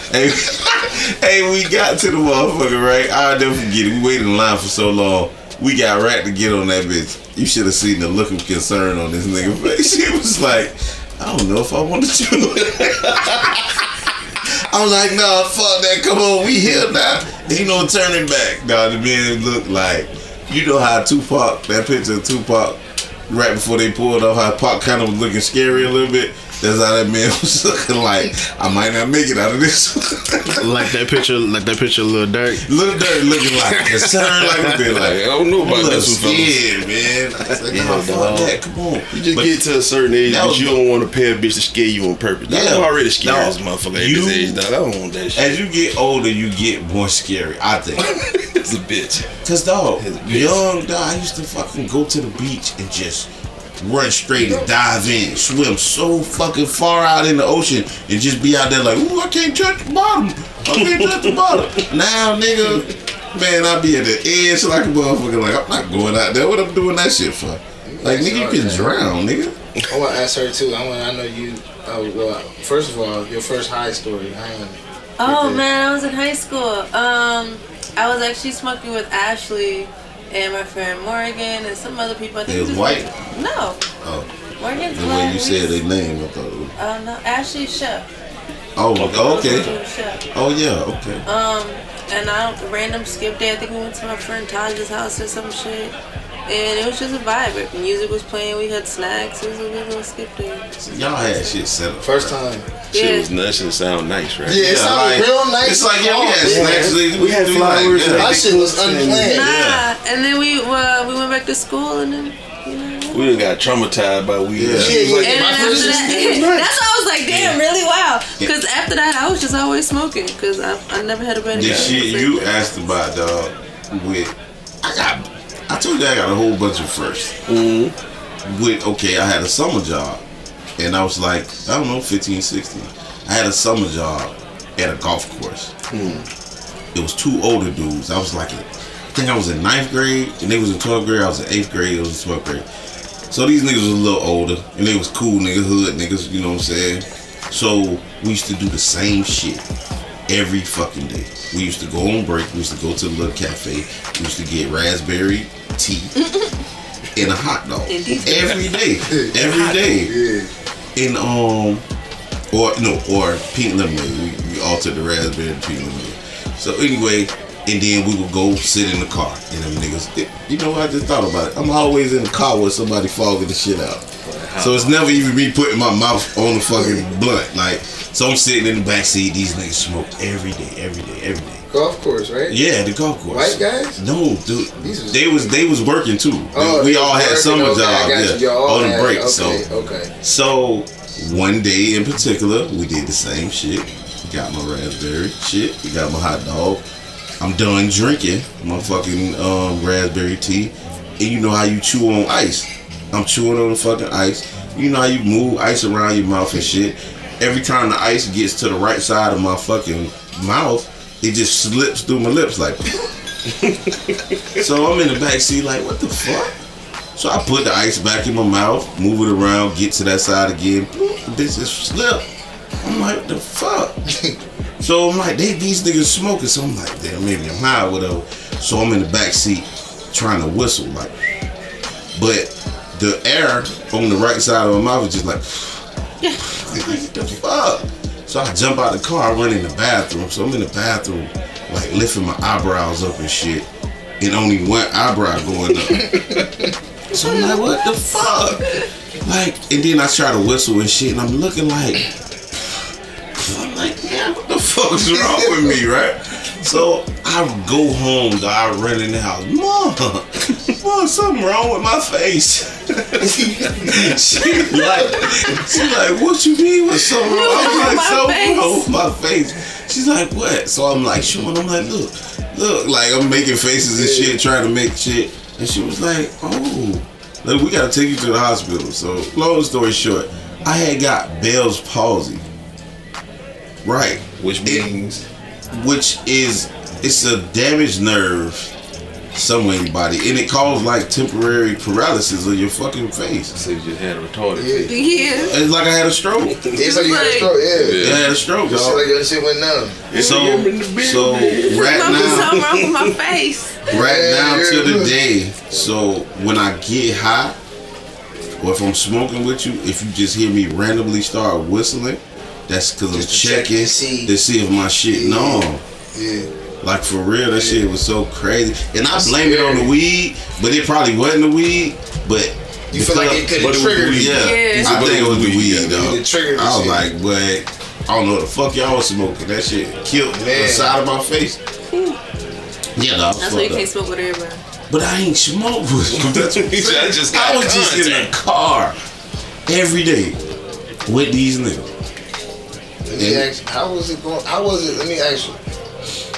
B: Hey, hey, we got to the motherfucker, right? I'll never forget it. We waited in line for so long. We got rat to get on that bitch. You should have seen the look of concern on this nigga face. He was like, I don't know if I want to do it. I was like, nah, fuck that. Come on, we here now. Ain't no turning back. Nah, the man looked like, you know how Tupac, that picture of Tupac, right before they pulled off, how Pac kind of was looking scary a little bit. That's how that man was looking like, I might not make it out of this.
E: Like that picture, like that picture of Lil Durk.
B: Little Dirt looking like, concerned like a bit
A: Like, I
B: like,
A: don't know
B: I'm a
A: about
B: little
A: this one. fellas.
B: scared, man. I was like, nah, fuck
A: dog.
B: that. Come on.
A: You just
B: But-
A: get to a certain age,
B: That
A: but
B: was-
A: you don't want to pay a bitch to scare you on purpose. Dog,
B: Yeah.
A: I'm already scared
B: Dog,
A: as a motherfucker at
B: you-
A: this age. Dog. I don't want that shit.
B: as you get older, you get more scary, I think.
A: It's a bitch.
B: Cause dog,
A: bitch.
B: young dog, I used to fucking go to the beach and just run straight and dive in, swim so fucking far out in the ocean and just be out there like, ooh, I can't touch the bottom, I can't touch the bottom. Now, nigga, man, I be at the edge like a motherfucker. Like I'm not going out there. What I'm doing that shit for? Like nigga, you can drown, nigga.
C: I want to ask her too. I want. I know you. Uh, well, first of all, your first high story. I am.
D: Oh
C: Mhm.
D: man, I was in high school. Um, I was actually smoking with Ashley and my friend Morgan and some other people. I
B: They was
D: just-
B: white?
D: No,
B: Oh,
D: Morgan's
B: the
D: black.
B: way you said their name, I thought. It was,
D: Oh no, Ashley Shep.
B: oh, okay.
D: Ashley Shep.
B: Oh yeah, okay.
D: Um, and I random skip day. I think we went to my friend Taj's house or some shit. And it was just a vibe. Music was playing. We had snacks. It was a good little skip day.
B: Y'all had shit set up.
C: First
B: right?
C: time.
A: Shit
D: Yeah.
A: was nuts. Shit sound nice, right?
C: Yeah, it sounded real nice.
B: It's like yeah, we had
C: Yeah.
B: snacks. We, we had
E: flowers
C: My shit was unplanned.
D: Nah, and then we uh, we went back to school and then. You know,
A: We done got traumatized by weed.
B: Yeah.
A: She was like,
D: And then
C: My
D: after
C: first-
D: that, that's why I was like, damn, really? Wow. Because after that, I was just always smoking because I, I never had a better
B: The
D: experience.
B: shit you asked about, dog. With I got, I told you I got a whole bunch of 1st
C: Mm-hmm.
B: With okay, I had a summer job, and I was like, I don't know, 15, 16. I had a summer job at a golf course.
C: Mm.
B: It was two older dudes. I was like, I think I was in ninth grade, and they was in twelfth grade. I was in eighth grade. It was in twelfth grade. So these niggas was a little older, and they was cool nigga hood niggas. You know what I'm saying? So we used to do the same shit every fucking day. We used to go on break. We used to go to the little cafe. We used to get raspberry tea and a hot dog
D: Indeed.
B: every day, every day. And um, or no, or pink lemonade. We, we altered the raspberry to pink lemonade. So anyway, and then we would go sit in the car, and them niggas. it- you know, I just thought about it. I'm always in the car with somebody fogging the shit out. So it's never even me putting my mouth on the fucking blunt. Like, so I'm sitting in the back seat. These niggas smoke every day, every day, every day.
C: Golf course, right?
B: Yeah, the golf course.
C: White guys?
B: No, dude.
C: These was-
B: they was they was working too.
C: Oh,
B: we
C: they
B: all had
C: working,
B: summer
C: okay, I got
B: job.
C: you.
B: Yeah,
C: Y'all all
B: on the
C: had-
B: break.
C: Okay,
B: So
C: okay.
B: so one day in particular, we did the same shit. Got my raspberry shit. We got my hot dog. I'm done drinking my fucking um, raspberry tea. And you know how you chew on ice. I'm chewing on the fucking ice. You know how you move ice around your mouth and shit. every time the ice gets to the right side of my fucking mouth, it just slips through my lips like. so I'm in the back seat like, what the fuck? So I put the ice back in my mouth, move it around, get to that side again. This is slip. I'm like, the fuck? so I'm like, they, these niggas smoking. So I'm like, damn, maybe I'm high, whatever. So I'm in the back seat trying to whistle, like, but the air on the right side of my mouth was just like, what the fuck? So I jump out the car, I run in the bathroom. So I'm in the bathroom, like lifting my eyebrows up and shit, and only one eyebrow going up. so I'm like, what the fuck? Like, and then I try to whistle and shit, and I'm looking like, I'm like, man, what the fuck is wrong with me, right? So I go home, dog, I run in the house, mom, mom, something wrong with my face. she like, she like, what you mean? What's so wrong? I'm like,
D: My
B: something
D: face."
B: wrong with my face. She's like, what? So I'm like, showing. I'm like, look, look, like I'm making faces and shit, trying to make shit. And she was like, oh, like we gotta take you to the hospital. So long story short, I had got Bell's palsy. Right.
A: Which
B: It-
A: means
B: which is it's a damaged nerve somewhere in your body, and it causes like temporary paralysis of your fucking face.
A: so you just had a retarded.
C: Yeah.
A: fit.
D: Yeah.
B: It's like I had a stroke.
C: It's like you had a
D: Right.
C: stroke, yeah.
B: I had a stroke,
C: Your shit, like
B: y'all.
C: your shit went numb.
B: So, so
D: Something,
B: right
D: something wrong with my face.
B: now, right now
C: Yeah,
B: to
C: yeah.
B: the day. So when I get high, or if I'm smoking with you, if you just hear me randomly start whistling, that's because I'm
C: Just to check
B: checking
C: and see.
B: to see if my shit
C: Yeah.
B: normal.
C: Yeah.
B: Like for real, that shit was so crazy. And I
C: That's
B: blame it on
C: scary.
B: the weed, but it probably wasn't the weed. But
C: You feel like it could
A: but it
C: have
A: was
C: triggered
A: weed.
C: you.
B: yeah,
D: Yeah.
B: I think it was the weed,
C: It
B: dog.
C: triggered the
B: I was
C: shit.
B: like, but I don't know what the fuck y'all was smoking. That shit killed the
C: Man.
B: side of my face. Yeah, dog.
D: That's why you
B: fucked
D: can't
B: up.
D: smoke with everybody.
B: But I ain't smoke with you. That's what I'm
A: He said, "I
B: saying.
A: just
B: I
A: got
B: was just in a
A: contact."
B: car every day with these niggas.
C: Let me
B: Yeah.
C: ask, how was it going? How was it? Let me ask you,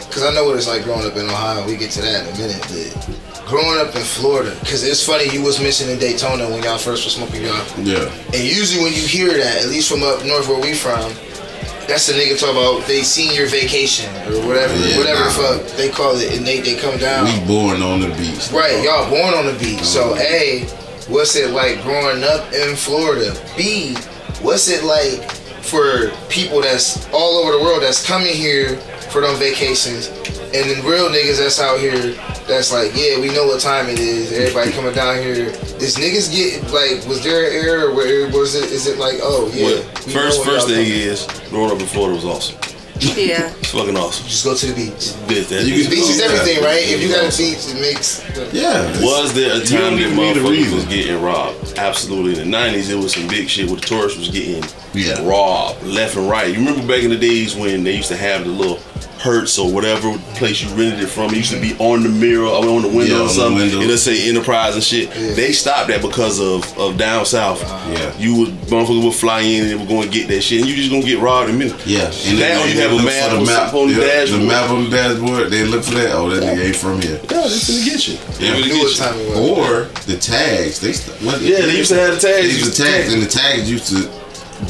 C: because I know what it's like growing up in Ohio. We get to that in a minute, but growing up in Florida, because it's funny you was missing in Daytona when y'all first was smoking y'all,
B: Yeah.
C: and usually when you hear that, at least from up north where we from, that's the nigga talk about they senior vacation or whatever,
B: Yeah,
C: whatever the
B: nah.
C: fuck they call it, and they they come down.
B: We born on the beach.
C: Right, y'all born on the beach. So A, what's it like growing up in Florida? B, what's it like for people that's all over the world that's coming here for them vacations? And then real niggas that's out here that's like, yeah, we know what time it is. Everybody coming down here. Is niggas get like was there an error where it was it is it like, oh yeah.
A: Well,
C: we know
A: first,
C: when
A: first
C: y'all
A: thing
C: coming.
A: is, growing up in Florida was awesome.
D: Yeah.
A: It's fucking awesome.
C: just go to the beach.
A: Bitch, that
B: You
C: The beach is
B: Yeah.
C: everything, right? If you got a beach, it makes
B: Yeah.
A: Was there a
B: You don't
A: time that
B: even need a
A: motherfuckers
B: reason.
A: was getting robbed? Absolutely. In the 90s, it was some big shit where the tourists was getting
B: Yeah.
A: robbed left and right. You remember back in the days when they used to have the little Hertz or whatever place you rented it from. It used to be on the mirror or on the window
B: Yeah, on
A: or
B: the
A: something.
B: window.
A: It'll say Enterprise and shit.
C: Yeah.
A: They stopped that because of, of down south.
B: Yeah.
A: You would, motherfucker would fly in and they were going to get that shit. And you just going to get robbed in a minute.
B: Yeah.
A: And
B: they
A: now
B: don't
A: you
B: even
A: have a
B: look
A: map
B: for
A: or something on the dashboard.
B: The map on the dashboard, they look for that. Oh, that nigga ain't from here.
A: Yeah, it's gonna get you.
B: Yeah.
A: They
C: I
A: really
C: knew
A: get
C: what
A: you.
C: time it was.
B: Or the tags. They st- what-
A: Yeah, they used to have the tags.
B: They
A: Used
B: used
A: to
B: the tags,
A: tag.
B: and the tags used to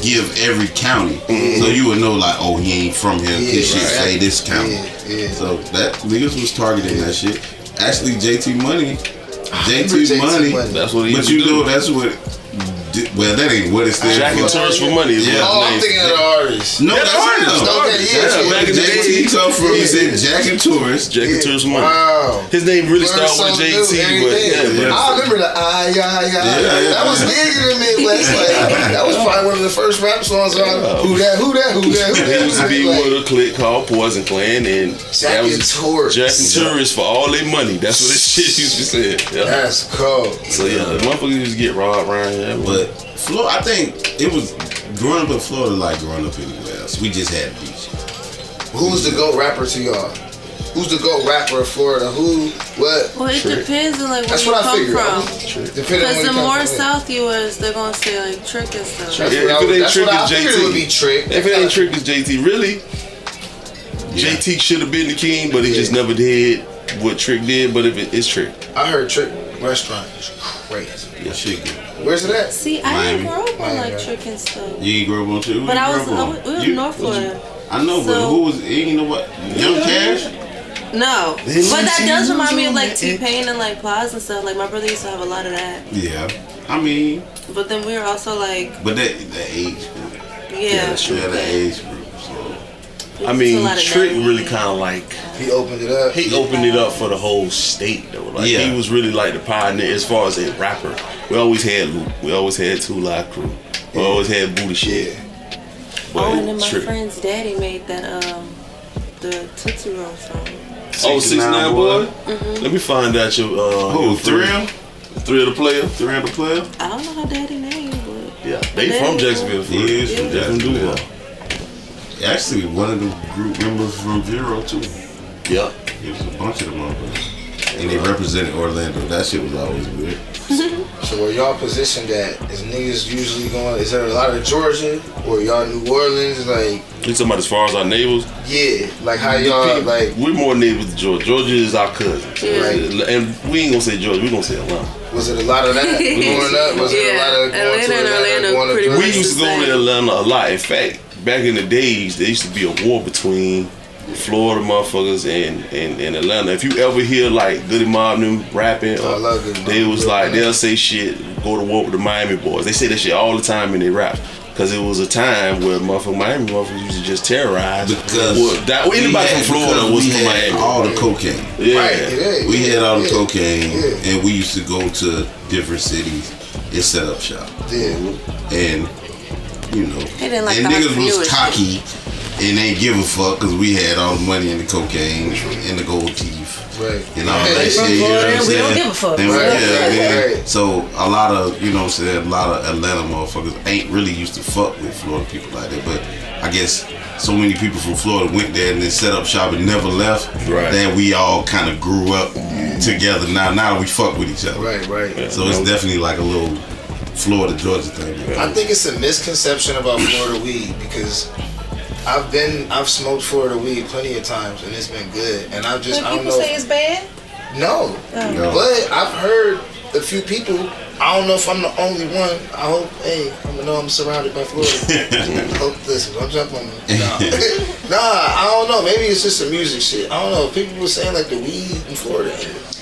B: give every county,
A: Mm-hmm.
B: so you would know like, oh, he ain't from here.
C: Yeah,
B: His shit
C: right.
B: say this county.
C: Yeah, yeah.
B: So that niggas was targeting that shit. Actually, JT Money,
C: remember
B: JT,
C: JT
B: Money.
C: Money.
A: That's what he
B: But
A: used to
B: you know
A: do.
B: that's what. di- Well, that ain't what it stands
A: Jack and
B: for.
A: Terrence for money. is what
B: Yeah.
A: his
C: Oh,
A: name
C: I'm
A: is.
C: thinking of the artist.
B: No, that's,
A: That's artists.
B: him.
C: Okay,
A: artists.
C: yeah, yeah.
A: back in the
B: JT
A: day,
B: come from, he said Jack and Tourist.
A: Jack and Terrence for money.
C: Wow.
A: His name really
C: Learn
A: started with a
C: something
A: JT,
C: new every
A: but
C: day.
A: yeah, but
B: Yeah.
C: I remember the ah yeah yeah.
B: Yeah, yeah.
C: That was big in the Midwest. Like that was probably one of the first rap songs. on Who that? Who that? Who that? Who that?
A: He used to be
C: Like,
A: with a clique called Poison Clan and that
C: Jack
A: was
C: and Torrance.
A: Jack and Tourist for all their money. That's what this shit used to say. Yeah.
C: That's cold.
A: So yeah, the motherfuckers used to get robbed around here. But
B: But Florida, I think it was growing up in Florida like growing up anywhere else. We just had beach.
C: Who's the goat rapper to y'all? Who's the goat rapper of Florida? Who? What?
D: Well, it
A: Sure.
D: depends on like where
C: That's
D: you
C: what I
D: come
C: figured. Depending on
D: from. Because
C: where
D: the
C: you come
D: more
C: from.
D: south you is, they're gonna say like trick and
C: That's
D: stuff.
A: Yeah,
C: what
A: if
C: I
A: it
C: was-
A: ain't
C: that's
A: Trick,
C: what I
A: it's
C: figured
A: JT.
C: would be trick.
A: if it ain't trick, it's JT. Really, JT should have been the king, but he just never did what Trick did. But if it, it's Trick,
C: I heard Trick Restaurant is crazy.
B: Yeah, shit good.
C: Where's it at?
D: See, I didn't
B: Miami.
D: grow up on
C: Miami.
D: electric and stuff.
B: You ain't grow up on shit. Who
D: But
B: you
D: I
B: grew
D: was-
B: up on?
D: I was- we was
B: You-
D: North
B: was you-
D: Florida.
B: I know, but
D: So-
B: who was you know what? Young Cash.
D: No, but
A: This
D: that
A: is
D: does remind me of like
A: on
D: T Pain and like Plies and stuff. Like my brother used to have a lot of that.
B: Yeah. I mean,
D: But then we were also like,
B: but that that age group.
D: yeah,
B: Yeah, that age group. So
A: I mean, Trick really kind of like
C: He opened it up.
A: he opened it up for the whole state though. Like
B: Yeah.
A: he was really like the pioneer as far as a rapper. We always had Luke. We always had Two Live Crew. We always had Booty Shit. But
D: Oh, and then my
A: Trick-
D: friend's daddy made that um the Tootsie Roll song.
A: Oh, 69 boy.
D: Mm-hmm.
A: Let me find out your uh
B: who?
A: your
B: Oh, Thrill?
A: Three of the player.
B: Thrill the player?
D: I don't know how daddy name, but
A: Yeah, they
D: They-
A: from Jacksonville. For
B: He
A: real.
B: is from
A: They from
B: Jacksonville.
A: Duval.
B: Actually, one of the group members from Zero too.
A: Yeah.
B: It was a bunch of them motherfuckers. And they represented Orlando. That shit was always weird.
C: So where y'all positioned at? Is niggas usually going? Is there a lot of Georgia or y'all New Orleans? Like
A: You talking about as far as our neighbors?
C: yeah, like how y'all like
A: we're more neighbors to Georgia. Georgia is our cousin.
C: Right.
A: And we ain't gonna say Georgia, we gonna say Atlanta.
C: was it a lot of that growing up? Was it a lot of
D: Yeah,
C: going
D: Atlanta
C: to
D: and
C: Atlanta?
D: Orlando
C: Going
D: pretty
C: to
A: We
D: much.
C: Georgia?
A: used to go to Atlanta a lot. In fact, back in the days, there used to be a war between Florida motherfuckers and, and, and Atlanta. If you ever hear like Goody Mob and them rapping,
C: I love Goody
A: they
C: Mob.
A: was like they'll say shit, go to war with the Miami boys. They say that shit all the time in their raps. Cause it was a time where motherfucking Miami motherfuckers used to just terrorize.
B: Because
A: Well, that,
B: we
A: anybody
B: had-
A: from Florida
B: because
A: was
B: we
A: from
B: had
A: Miami.
B: All the cocaine.
A: yeah.
C: Right, yeah,
B: We
C: yeah,
B: had all the
C: yeah,
B: cocaine,
C: Yeah,
B: and we used to go to different cities and set up shop.
C: yeah.
B: and you know,
D: They didn't like
B: and
D: the
B: niggas was
D: entrepreneurship.
B: cocky and they give a fuck because we had all the money and the cocaine and the gold teeth.
C: Right.
B: And all
C: Hey,
B: that
C: we
B: shit,
C: from
B: you know what
D: Florida,
B: I'm
D: we
B: saying?
D: don't give a fuck.
B: And we-
C: Right,
B: yeah,
C: right,
B: yeah.
C: right.
B: So a lot of you know what I'm saying, a lot of Atlanta motherfuckers ain't really used to fuck with Florida people like that. But I guess so many people from Florida went there and then set up shop and never left.
A: Right.
B: That we all kind of grew up together. Now now we fuck with each other.
C: Mm-hmm. Right, right.
B: So it's definitely like a little Florida Georgia thing.
C: I think it's a misconception about Florida weed because I've been I've smoked Florida weed plenty of times and it's been good and I've just I
H: When
C: don't
H: people
C: know
H: say it's bad,
C: no
B: No.
C: but I've heard a few people I don't know if I'm the only one I hope hey I know I'm surrounded by Florida hope this don't jump on me nah. nah I don't know maybe it's just the music shit I don't know people were saying like the weed in Florida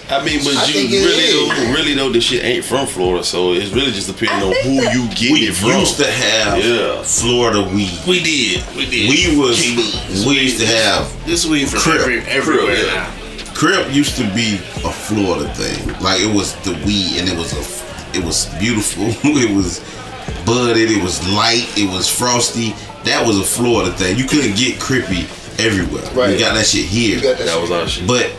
A: I mean, but
C: I
A: you
C: think it
A: really,
C: is.
A: though, really though, this shit ain't from Florida, so it's really just depending on who you get
B: we
A: it from.
B: used to have
A: Yeah.
B: Florida weed.
E: We did. We did.
B: We was
E: King
B: we used to have
E: This weed from
B: Crip.
E: every, everywhere
A: Crip, yeah.
E: now.
B: crib used to be a Florida thing. Like it was the weed and it was a it was beautiful. it was budded. It was light. It was frosty. That was a Florida thing. You couldn't get crippy everywhere. You
C: Right.
B: got that shit here.
C: you got that,
A: That was our
C: shit.
A: shit.
B: But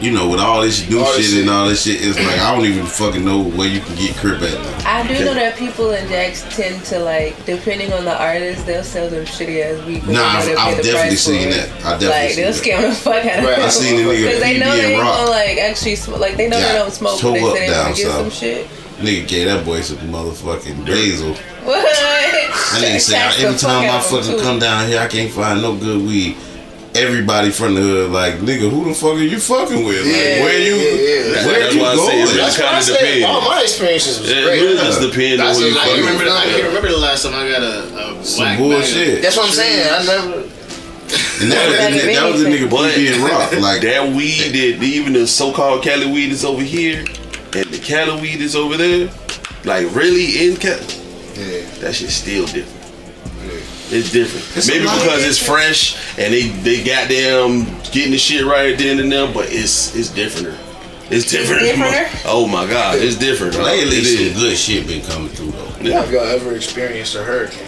B: you know, with all this new
C: All
B: shit,
C: this
B: and
C: shit.
B: all this shit, it's like I don't even fucking know where you can get crib at now.
H: I do know that people in Jax tend to like, depending on the artist, they'll sell them shitty ass weed.
B: Nah, I've- I've definitely seen that. I definitely
H: like
B: seen
H: they'll scam
B: that.
H: the fuck out of
C: Right, I
H: people.
B: seen the nigga
H: because they know
B: PB and
H: they ain't
B: Rock.
H: gonna like actually smoke. Like they know
B: Yeah,
H: they don't smoke,
B: toe
H: but they
B: up
H: say they
B: down
H: wanna get
B: south.
H: some shit.
B: Nigga gave that boy some motherfucking basil.
H: What?
B: That nigga say I- every time I fucking come down here, I can't find no good weed. Everybody from the hood, like nigga, who the fuck are you fucking with? Like,
C: Yeah,
B: where you,
C: yeah, yeah.
B: where
A: That's
B: you
A: why I say it
B: going?
A: really
C: that's what I
A: kinda
C: said
A: depends.
C: all my experiences was
A: Yeah, it
C: great
A: really just depending on
C: That's
A: where you
C: what I
A: fucking
C: remember
A: with.
C: that.
F: I can't remember the last time I got a, a
B: Some
F: whack bag of-
B: bullshit.
C: That's what I'm saying. I never.
B: and that,
H: Back
B: that,
H: of
B: that was the nigga
H: anything.
A: But-
B: being rock. Like that,
A: That weed that even the so-called Cali weed is over here, and the Cali weed is over there. Like really in Cali,
C: Yeah.
A: that shit's still different. It's different.
B: It's a
A: Maybe
B: lot
A: because it's fresh and they they got them getting the shit right then and there, but it's it's different. It's different.
H: Differenter?
A: Oh my god, it's different. dog.
B: lately
A: It is.
B: some good shit been coming through though.
A: Yeah.
C: Have y'all ever experienced a hurricane?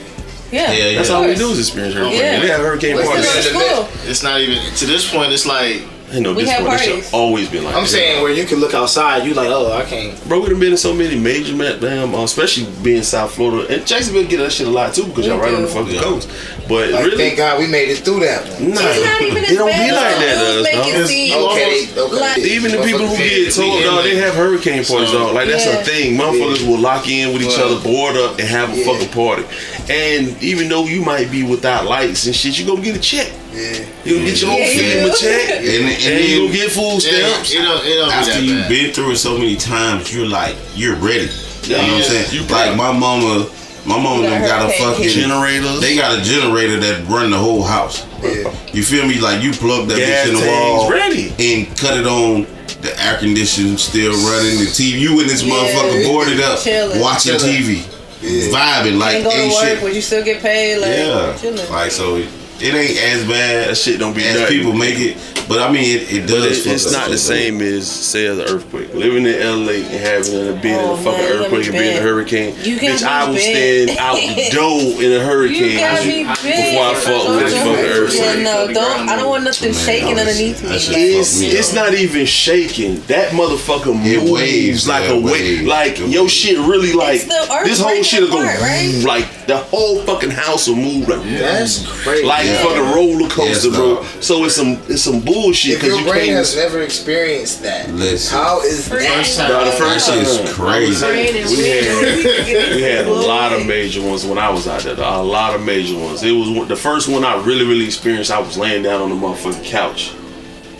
H: Yeah,
B: Hell yeah.
A: That's all we do is experience hurricane.
H: Yeah.
A: We have hurricane
C: Let's
A: parties.
C: do
H: Let's
C: Yeah.
H: go to school.
F: It's not even to this point. It's like
A: You know,
H: We
A: this
H: have
A: one, this
H: parties.
A: shit always been like
C: I'm
A: that.
C: saying where you can look outside, you like, oh, I can't.
A: Bro, we done been in so many major ma- damn, uh, especially being South Florida. And Jacksonville get that shit a lot too because y'all right on the
H: do.
A: fucking coast. But
C: Like,
A: really,
C: thank God we made it through that one.
A: nah.
H: It's not even as
A: it don't
H: bad
A: be
H: as
A: like
H: the
A: that,
H: news
A: though.
H: make it
A: dog.
H: seem.
C: Okay,
H: Almost
C: okay.
H: like-
A: Even the people who get told, dog, they have hurricane parties, dog. Like, that's
H: Yeah.
A: a thing. Motherfuckers will lock in with each
C: Well,
A: other, board up, and have a
C: yeah.
A: fucking party. And even though you might be without lights and shit, you gonna get a check.
C: Yeah.
A: You'll get your
H: Yeah,
A: own
H: you
A: FEMA
H: do.
A: check.
B: And, and,
A: And you gonna
B: then
A: get food
F: it, don't-
A: stamps.
F: it don't. It don't
B: after
F: be
B: you've
F: that bad.
B: been through it so many times, you're like, you're ready. You know what I'm saying?
A: You
B: like
A: proud.
B: my mama, my mama
H: You got
B: done got a
H: hurricane
B: fucking
H: kitty.
A: Generators.
B: They got a generator that run the whole house.
C: Yeah.
B: You feel me? Like you plug that
A: Gas
B: bitch in the
A: tanks
B: wall
A: ready.
B: and cut it on. The air conditioning still running. The TV, you and this
H: Yeah.
B: motherfucker boarded up,
H: Chilling.
B: watching
C: Chilling.
B: TV, vibing like
H: and go to
B: ain't
H: work,
B: shit.
H: would you still get paid? Like,
B: Yeah,
H: chilling.
B: like so, it it ain't as bad
A: That shit don't be
B: as
A: nothing.
B: people make it. But I mean, it, it
A: But
B: does.
A: it,
B: fuck
A: it's
B: us
A: not
B: up,
A: the
B: though.
A: same as say an earthquake. Living in LA and having a being
H: Oh,
A: in a fucking
H: man, you gotta
A: earthquake
H: be
A: and being in a
H: big.
A: hurricane.
H: You gotta
A: Bitch, I
H: be
A: would
H: big.
A: stand out the door in a hurricane
H: You gotta be big.
A: before I fuck with this
H: Don't-
A: fucking earthquake.
H: Yeah, no, don't. I don't want nothing shaking
B: that was-
H: underneath me.
B: that shit
H: Like,
A: It's, it's not even shaking. That motherfucker
B: It
A: moves
B: waves,
A: like a
B: yeah,
A: wave.
B: waves.
A: Like
B: It
A: yo,
B: waves.
A: shit really like
H: It's the earth
A: this whole
H: breaking
A: shit will go
H: apart, right?
A: like the whole fucking house will move like
C: That's crazy.
A: like
B: Yeah.
A: fucking roller coaster,
B: Yes,
A: bro.
B: dog.
A: So it's some it's some bullshit
C: if
A: because
C: your
A: you
C: brain
A: can't.
C: has never experienced that,
B: Listen.
C: how is that?
H: First
A: Nah, the first
B: That shit's
A: time.
B: crazy.
H: Rain and
A: We had-
H: wind.
A: We had a lot of major ones when I was out there. A lot of major ones. It was one- the first one I really, really experienced. I was laying down on the motherfucking couch,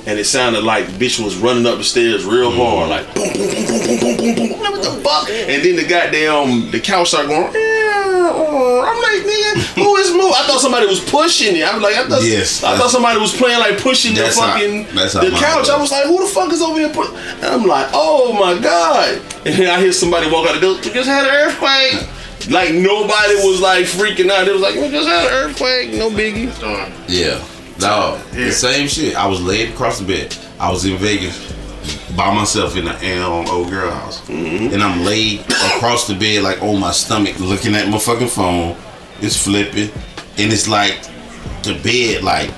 A: and it sounded like the bitch was running up the stairs real
B: Mm.
A: hard, like boom, boom, boom, boom, boom, boom, boom, boom. Like, What the fuck? And then the goddamn the couch started going. "Yeah, uh," I'm like, nigga, who is move? I thought somebody was pushing it. I'm like, I thought,
B: Yes,
A: I thought
B: that's-
A: somebody was playing like pushing the
B: That's how-
A: fucking
B: that's how
A: the
B: mine
A: couch. I
B: was.
A: was like, who the fuck is over here? Put? And I'm like, oh my god! And then I hear somebody walk out the door. We just had an earthquake. Like nobody was like freaking out. It was like we just had an earthquake. No biggie.
B: Yeah. Dog, the same shit. I was laid across the bed. I was in Vegas by myself in the in, um, old girl house. And I'm laid across the bed, like on my stomach, looking at my fucking phone. It's flipping. And it's like the bed, like,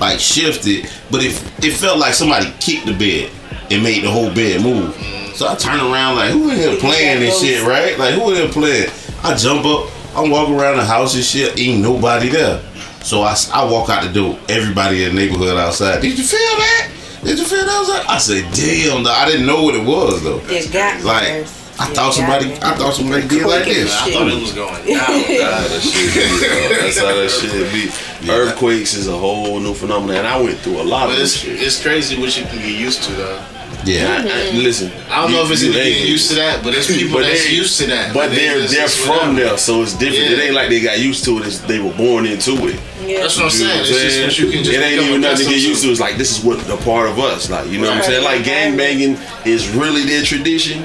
B: like shifted. But it, it felt like somebody kicked the bed and made the whole bed move. So I turn around, like, who in here playing this shit, right? Like, who in here playing? I jump up. I'm walking around the house and shit. Ain't nobody there. So I, I walk out the door. Everybody in the neighborhood outside. Did you feel that? Did you feel that? I, was like, I said, damn. though. I didn't know what it was though.
H: You got me
B: Like
H: first.
B: I
H: You
B: thought
H: got
B: somebody.
H: me.
B: I thought somebody did like this.
H: Shit.
E: thought it was going down.
A: that shit be, dog. That's how that shit be.
B: Yeah.
A: Earthquakes is a whole new phenomenon, and I went through a lot
E: But
A: of this
E: it's,
A: shit.
E: it's crazy what you can get used to though.
A: I,
B: Yeah.
A: I- listen,
E: I don't know if it's
A: you
E: even
A: ain't-
E: getting used to that, but it's people
A: But
E: that's
A: they-
E: used to that.
A: But
E: They
A: they're
E: just-
A: they're
E: it's
A: from
E: whatever.
A: there, so it's different. It
E: Yeah.
A: ain't like they got used to it. It's, they were born into it.
H: Yeah.
E: That's what I'm
A: You know what
E: saying. It's
A: I'm
E: just
A: saying?
E: what you can just
A: it ain't
E: become
A: even nothing to get
E: accustomed
A: used to. It's like this is what a part of us. Like you know what I'm saying? Like gang banging is really their tradition.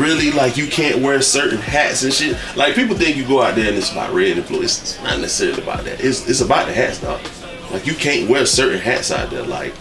A: Really, like you can't wear certain hats and shit. Like people think you go out there and it's about red and blue. It's, it's not necessarily about that. It's it's about the hats, dog. Like you can't wear certain hats out there. Like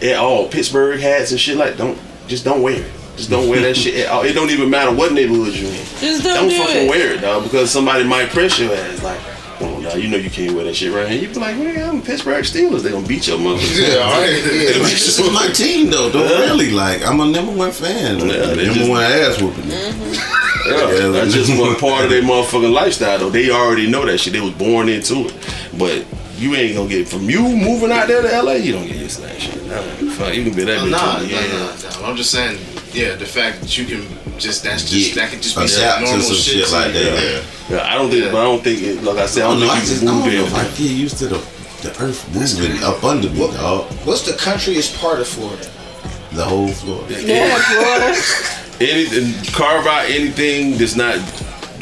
A: at all Pittsburgh hats and shit. Like don't just don't wear it. Just don't wear that shit at all. It don't even matter what neighborhood you're in
H: Just don't,
A: don't
H: do
A: fucking
H: it.
A: wear it, dog, because somebody might press your ass. Like, oh, no, you know you can't wear that shit right here. You be like, man, I'm Pittsburgh Steelers. They gonna beat your mother.
C: Yeah, all right, yeah.
B: It's just on my team though. Don't
A: Yeah.
B: really like. I'm a number one fan.
A: Yeah, they
B: number
A: just-
B: one ass whooping.
A: Yeah, that's just one part of their motherfucking lifestyle, though. They already know that shit. They was born into it. But you ain't gonna get from you moving out there to LA. You don't get used to that shit. Nah, fuck, you can be that
B: Oh,
A: bitch.
E: Nah, nah,
A: all
E: nah,
A: year.
E: nah, nah. I'm just saying, yeah, the fact that you can just that's just that could just be
B: adapt
E: some
B: to
E: normal
B: some
E: shit,
B: shit like that. Yeah.
A: Yeah, I don't think,
E: Yeah.
A: but I don't think, it, like I said, I
B: I
A: don't
B: don't know. Oh, I
A: think you
B: just
A: can
B: I don't
A: move
B: know if I
A: there.
B: get used to the the earth moving up under me, dog.
C: What's the countryest part of Florida?
B: The whole floor.
H: Yeah, Florida.
A: Anything, carve out anything that's not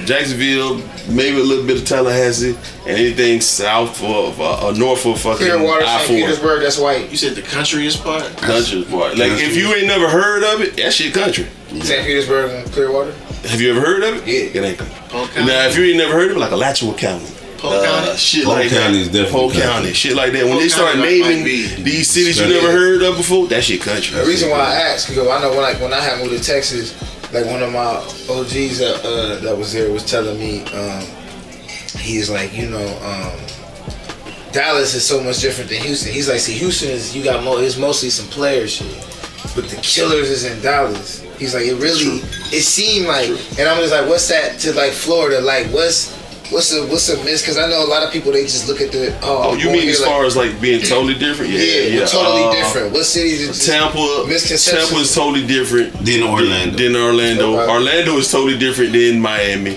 A: Jacksonville, maybe a little bit of Tallahassee, and anything south of uh, or north of fucking
C: Clearwater,
A: I
C: St.
A: four.
C: Petersburg, that's white.
E: You said the countryest part.
A: Country part. Like if you ain't never heard of it, that shit country.
C: St. Petersburg and Clearwater?
A: Have you ever heard of it?
C: Yeah.
A: It ain't country.
E: Polk County.
A: Now if you ain't never heard of it, like Alachua County. Uh,
E: Polk County?
A: shit
B: Polk
A: like
B: County
A: that.
B: is definitely
A: Polk
B: country.
A: County, shit like that. When
E: Polk
A: they start
E: County, like,
A: naming
E: might be.
A: these cities you
B: Country.
A: never heard of before, that shit country.
C: The reason why I asked, because I know when I, when I had moved to Texas, like one of my OGs that, uh, that was there was telling me, um, he's like, you know, um, Dallas is so much different than Houston. He's like, see, Houston is, you got more, it's mostly some player shit, but the killers is in Dallas. He's like, it really, it seemed like, and I'm just like, what's that to like Florida? Like, what's, what's a, what's a miss? Because I know a lot of people, they just look at the, oh,
A: Oh, you
C: going
A: mean
C: here,
A: as
C: like,
A: far as like being totally different? Yeah,
C: yeah,
A: yeah.
C: we're totally
A: Uh,
C: different. What cities? is-
A: Tampa,
C: Misconception.
A: Tampa is totally different
B: Then Orlando.
A: Than Orlando,
C: Okay.
D: Mm-hmm.
A: Orlando is totally different than Miami,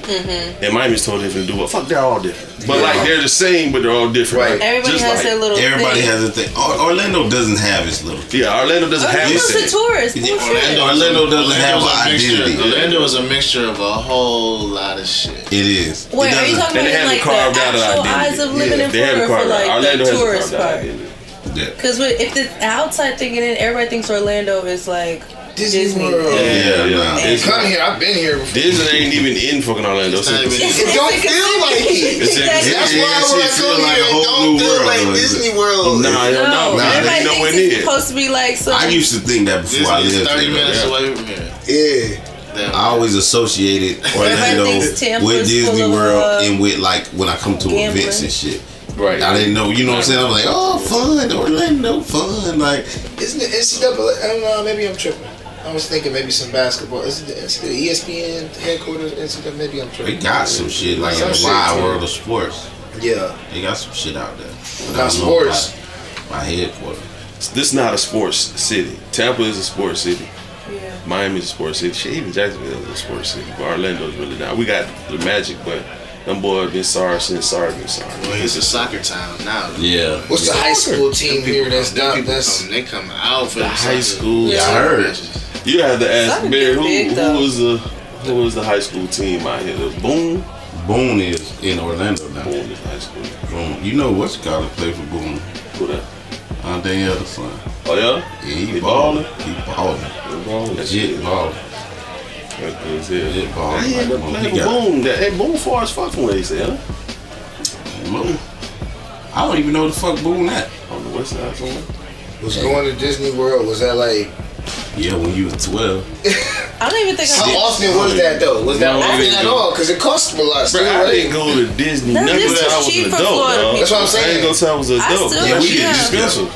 A: and Miami is totally different than Dubai. Fuck, they're all different. But like they're the same, but they're all different.
C: Right.
D: Everybody
A: Just
D: has
A: like-
D: their little
B: Everybody
D: thing.
B: has a thing. Or- Orlando doesn't have his little.
A: Yeah, Orlando doesn't have
D: Orlando's
A: the
D: a
A: same.
D: tourist. Bullshit.
B: Orlando, Orlando doesn't have
E: a
B: an
E: mixture.
B: identity.
E: Orlando is a mixture of a whole lot of shit.
B: It is. It
D: Wait, are you
B: doesn't-
D: talking
A: And they
D: about
A: haven't
D: like
A: carved
D: the
A: out an
D: actual
A: identity.
D: eyes of living
A: Yeah,
D: in
A: they haven't
D: Florida for
A: carved out.
D: like
A: Orlando
D: the
A: hasn't
D: tourist
A: carved out an
D: part?
A: identity.
B: Yeah.
D: Because if the outside thinking it, everybody thinks Orlando is like
C: Disney
D: Disney.
C: World.
D: Yeah.
B: Yeah,
A: yeah.
B: nah.
A: It's
C: Come here, I've been here before.
A: Disney ain't even in fucking Orlando.
E: It's not
A: It's-
E: even-
C: It don't feel like it.
A: It's
D: Exactly.
C: That's
B: Yeah,
C: why
B: that
C: when I
B: shit
C: come
B: feel like
C: here,
B: a
C: it
B: whole
C: don't
B: new
C: feel
B: world,
C: like
B: though, is it?
C: Disney World.
A: Nah,
D: No,
A: no, nah,
D: everybody
A: ain't no
D: thinks
A: one
D: it's
A: in.
D: supposed to be like some.
B: I used to think that before I
E: Disney's
B: lived
E: 30
B: there.
E: minutes
A: yeah.
E: away from here.
C: Yeah.
E: Damn.
B: I always associated Orlando
D: Everybody thinks Tampa's
B: with Disney
D: full of,
B: World
D: uh,
B: and with like when I come to
D: gambling.
B: events and shit.
A: Right.
B: I didn't know, you know what I'm saying? I'm like, oh, fun, Orlando, fun. Like,
C: Isn't the NCAA? I don't know. Maybe I'm tripping. I was thinking maybe some basketball. Is it the NCAA, ESPN headquarters? NCAA? Maybe I'm
B: they
C: tripping.
B: got some shit, like in
C: Some
B: the
C: shit,
B: wide
C: too.
B: world of sports.
C: Yeah.
B: They got some shit out there. But I
C: About
B: don't know about
C: sports.
B: My headquarters.
A: This is not a sports city. Tampa is a sports city.
D: Yeah.
A: Miami's a sports city. Shit, even Jacksonville is a sports city. But Orlando's really not. We got the Magic, but them boy been sorry since sorry been sorry.
E: Well, it's a soccer town now.
B: Yeah.
C: What's the high school team here that's
E: Them
C: not
E: people
C: that's
E: come, they come out for
A: The
E: the
A: high
E: soccer.
A: school.
B: Yeah, I heard.
A: You have to ask
D: Soccer
A: Barry
D: get
A: who
D: big,
A: who
D: though.
A: was the who was the high school team out here? The Boone.
B: Boone is in Orlando now.
A: Boone is high school.
B: Boone. You know what's called to play for Boone?
A: Who that?
B: Uh, Daniel's son.
A: Oh yeah.
B: Yeah, he
A: He
B: balling.
A: balling?
B: He balling.
A: Boone. That shit.
B: Legit balling.
A: That good as hell.
B: Legit balling.
A: I
B: Like,
A: had to
B: when
A: play
B: we
A: with
B: got-
A: Boone. That, that Boone far as fuck from where they say, huh?
B: Boone. I don't even know the fuck Boone at.
A: On the west side somewhere.
C: was going to Disney World? Was that like
B: Yeah, when you was 12.
D: I don't even think
C: how
D: I.
C: often was that though? Was that
A: No, I
C: often
A: didn't
C: at
A: go.
C: all? Because it cost a lot. Still,
A: Bro, I didn't
C: right?
A: go to Disney.
D: That's
A: Never
D: just
A: till I was
D: cheap
A: an
D: for
A: adult.
D: Florida
A: dog.
C: That's what I'm
A: I ain't
C: saying.
A: gonna tell I was an
D: I
A: adult.
D: still
A: yeah, we
D: don't
A: did
D: know.
A: special.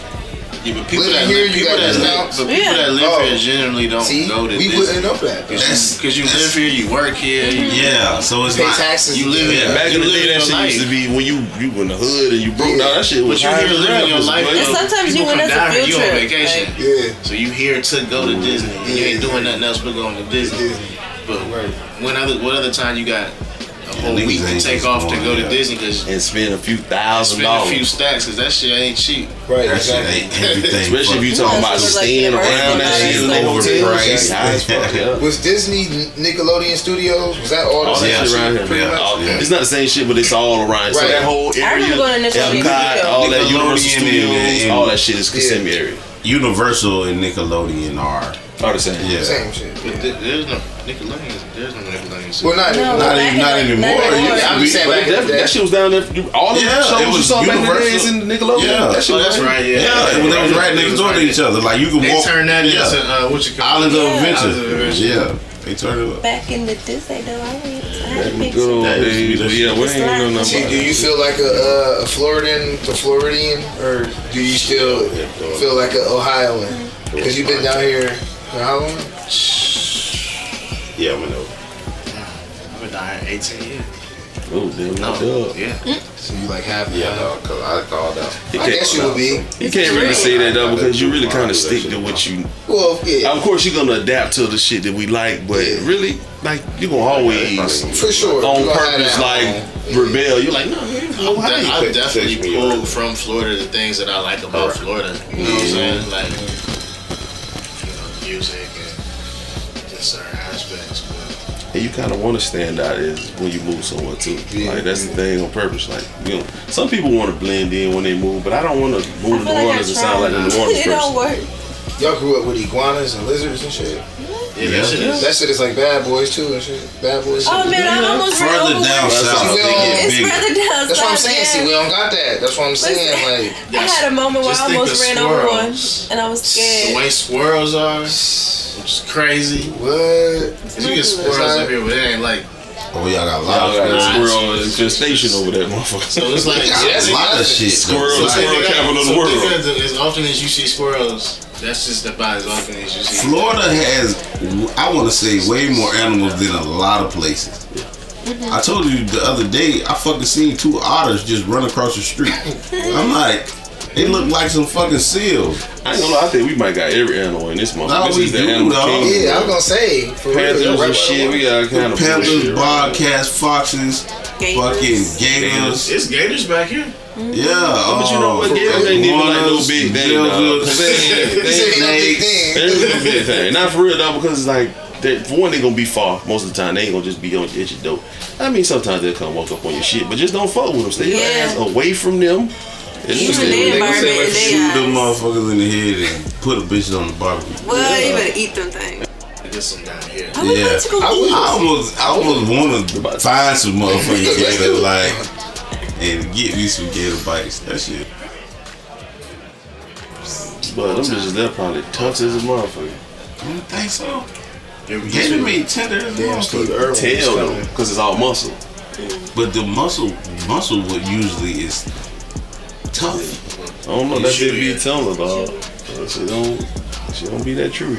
E: Yeah, but people
C: Look at
E: that
C: here,
E: live,
C: you got
E: people that live,
C: discounts.
E: but people
D: Yeah.
E: that live
B: Oh,
E: here generally don't
C: See,
E: go to
C: we
E: Disney.
C: wouldn't know that. though.
B: That's-
E: Because you live here, you work here, you
D: Mm-hmm.
B: Yeah, so it's
C: Pay
B: not.
C: taxes.
E: You live
B: Yeah.
C: in.
A: Back in the day,
E: You
A: that
E: live your
A: shit used to
E: life.
A: be when you you were in the hood and you broke.
C: Yeah.
A: Nah, that shit
E: But
A: was.
E: you
A: high
E: here
A: as
E: living
A: rappers,
E: your life.
A: bro.
D: It's
E: though.
D: not- Sometimes
E: People
D: you went
E: from
D: as a
E: down here,
D: field
E: you on
D: trip,
E: vacation.
D: like-
C: Yeah.
E: So you here to go to Disney. You ain't doing nothing else but going to Disney. But
C: Right.
E: when other what other time you got a whole
B: niggas
E: week
B: ain't
E: to take
B: just
E: off to
B: going,
E: go
B: yeah.
E: to Disney because
A: And spend a few thousand
E: spend a few
A: dollars.
E: stacks because that shit ain't cheap.
C: Right.
B: That shit
C: Exactly.
B: ain't everything.
A: Especially if you
D: Yeah,
A: talking
D: it's
A: about
D: just like
A: staying
D: the
A: around that
D: American
A: shit in the
D: lifestyle.
A: hotel.
B: Overpriced.
A: High as fuck, yeah.
C: Was Disney Nickelodeon Studios? Was that all? the
A: All that
C: same
A: shit around here,
C: pretty
A: man.
C: much?
A: All-
B: Yeah.
A: It's not the same shit, but it's all around. So
C: Right.
A: that whole
D: I
A: area,
D: remember going to Nickelodeon
A: Epcot,
D: Studio.
A: all that Universal
B: Nickelodeon and-
A: Studios,
B: and-
A: all that shit is Kissimmee
C: Yeah.
A: area.
B: Universal and Nickelodeon are.
A: All the same.
B: Yeah.
C: Same shit.
E: But th- there's no Nickelodeon. There's no Nickelodeon.
C: Well, not
D: No,
C: even.
B: Not,
D: Back
B: even,
D: in
B: not
D: the-
B: anymore.
D: back in the-
B: You-
C: I'm
B: we-
C: saying
A: But
C: back in
A: that,
C: the day.
A: that shit was down there. you- All
B: Yeah,
A: the
B: it
A: shows you
B: was
A: saw back in the
B: Universal.
A: days in Nickelodeon.
B: Yeah.
A: That shit
E: Oh,
A: was
E: that's right. Yeah,
B: Yeah, when they was right next door to each other. Like you can
E: They
B: walk.
E: turned that
B: yeah.
E: into uh, what you call it?
B: Islands of
D: Yeah.
E: Islands of
B: Adventure.
E: Adventure.
B: Yeah, they turned it up.
D: Back in the Disney though, I went. I had
A: Back
D: to
A: in the
D: make
A: good old
D: some.
B: That is-
A: days. But yeah, we ain't know nothing
C: See,
A: about
C: do you
A: that.
C: feel like a, uh, a Floridian, a Floridian, or do you still feel like an Ohioan? Because you've been down here for how long?
B: Yeah, we know.
E: I've been down here 18 years. Mm,
A: Oh, damn,
E: No,
A: no. dog.
E: yeah.
C: So you like uh, half.
B: Yeah, no, cause I called out.
A: You
C: I
A: can't-
C: guess you would be.
A: You can't really say that though because you really kind of stick to what you.
C: Well, yeah,
A: Of course, you're gonna adapt to the shit that we like, but really, like you're gonna always
C: for sure.
A: on
C: You gonna have
A: purpose
C: that
A: like
C: on.
A: rebel. You're like, no, man,
E: I'm,
A: how you
E: de- I'm
A: think-
E: definitely pulled from Florida the things that I like about Florida. You know what I'm saying? Like, you know, music and just certain aspects. But
A: And you kind of want to stand out is when you move somewhere too. Like that's the thing on purpose. Like you know, some people want to blend in when they move, but I don't want to move to New Orleans and sound like a New Orleans
D: It
A: person.
D: don't work.
C: Y'all grew up with iguanas and lizards and shit.
E: yeah, that shit is.
C: That shit is like bad boys too and shit. Bad boys.
D: Oh man, I almost ran
B: Further
D: over.
B: down
D: one.
B: south, they get
D: It's
B: bigger.
D: further down
C: That's what I'm saying. See, we
D: south.
C: don't got that. That's what I'm saying. Like,
D: I had a moment where
E: Just
D: I
E: think
D: almost
E: of
D: ran over one,
E: squirrels.
D: and I was
E: The
D: scared.
E: way swirls are, which is crazy.
C: what?
E: You get squirrels up here, but it ain't like.
B: Oh, y'all
A: I
B: got a lot
A: got a
B: of
E: Nah,
A: squirrel infestation over that motherfucker.
E: So it's like.
B: got a lot of shit.
A: Squirrels,
B: Like,
A: squirrel capital of the world.
E: Because as often as you see squirrels, that's just about as often as you see.
B: Florida has, I want to say, way more animals than a lot of places. I told you the other day, I fucking seen two otters just run across the street. I'm like, They look like some fucking seals.
A: I ain't gonna lie, I think we might got every animal in this month.
B: Nah,
A: this
B: we
A: is the
B: do,
A: animal
B: dog.
A: kingdom.
C: Yeah, I was gonna say for
A: Panthers
C: real.
A: and shit, we got kind of
B: Panthers, bobcats, foxes,
D: Gators.
B: fucking gators.
E: It's Gators back here.
B: Yeah, oh, but
A: you know what, gators ain't even like no big thing, dog.
C: You said ain't no big
B: snakes.
C: thing.
A: That's a big thing. Not for real though, because it's like they, for one, they gonna be far most of the time. They ain't gonna just be on at your door. I mean, sometimes they'll come walk up on your shit, but just don't fuck with them. Stay your
D: Yeah.
A: ass away from them. It's
D: Even
A: just-
D: they
B: They
D: environment
B: say
D: in
B: let's shoot them
D: their eyes.
B: motherfuckers in the head and put a bitch on the barbecue.
D: Well, you better eat them things.
E: There's some down here.
D: I would
B: Yeah.
D: like to go
B: I,
D: eat.
B: almost, I almost want to find some motherfucking gator like and get me some gator bites. That shit.
A: But them bitches, they're probably tough as a motherfucker.
B: You don't think so?
E: Here we
B: Gator
E: go.
B: meat tender as
C: Damn,
B: motherfucker.
C: Steve Irwin was
A: Tail though,
C: coming.
A: because it's all muscle.
B: But the muscle, muscle, what usually is tough.
A: I don't know. That
E: should
A: shit be
E: be.
A: telling dog. That shit don't. that Shit don't be that true.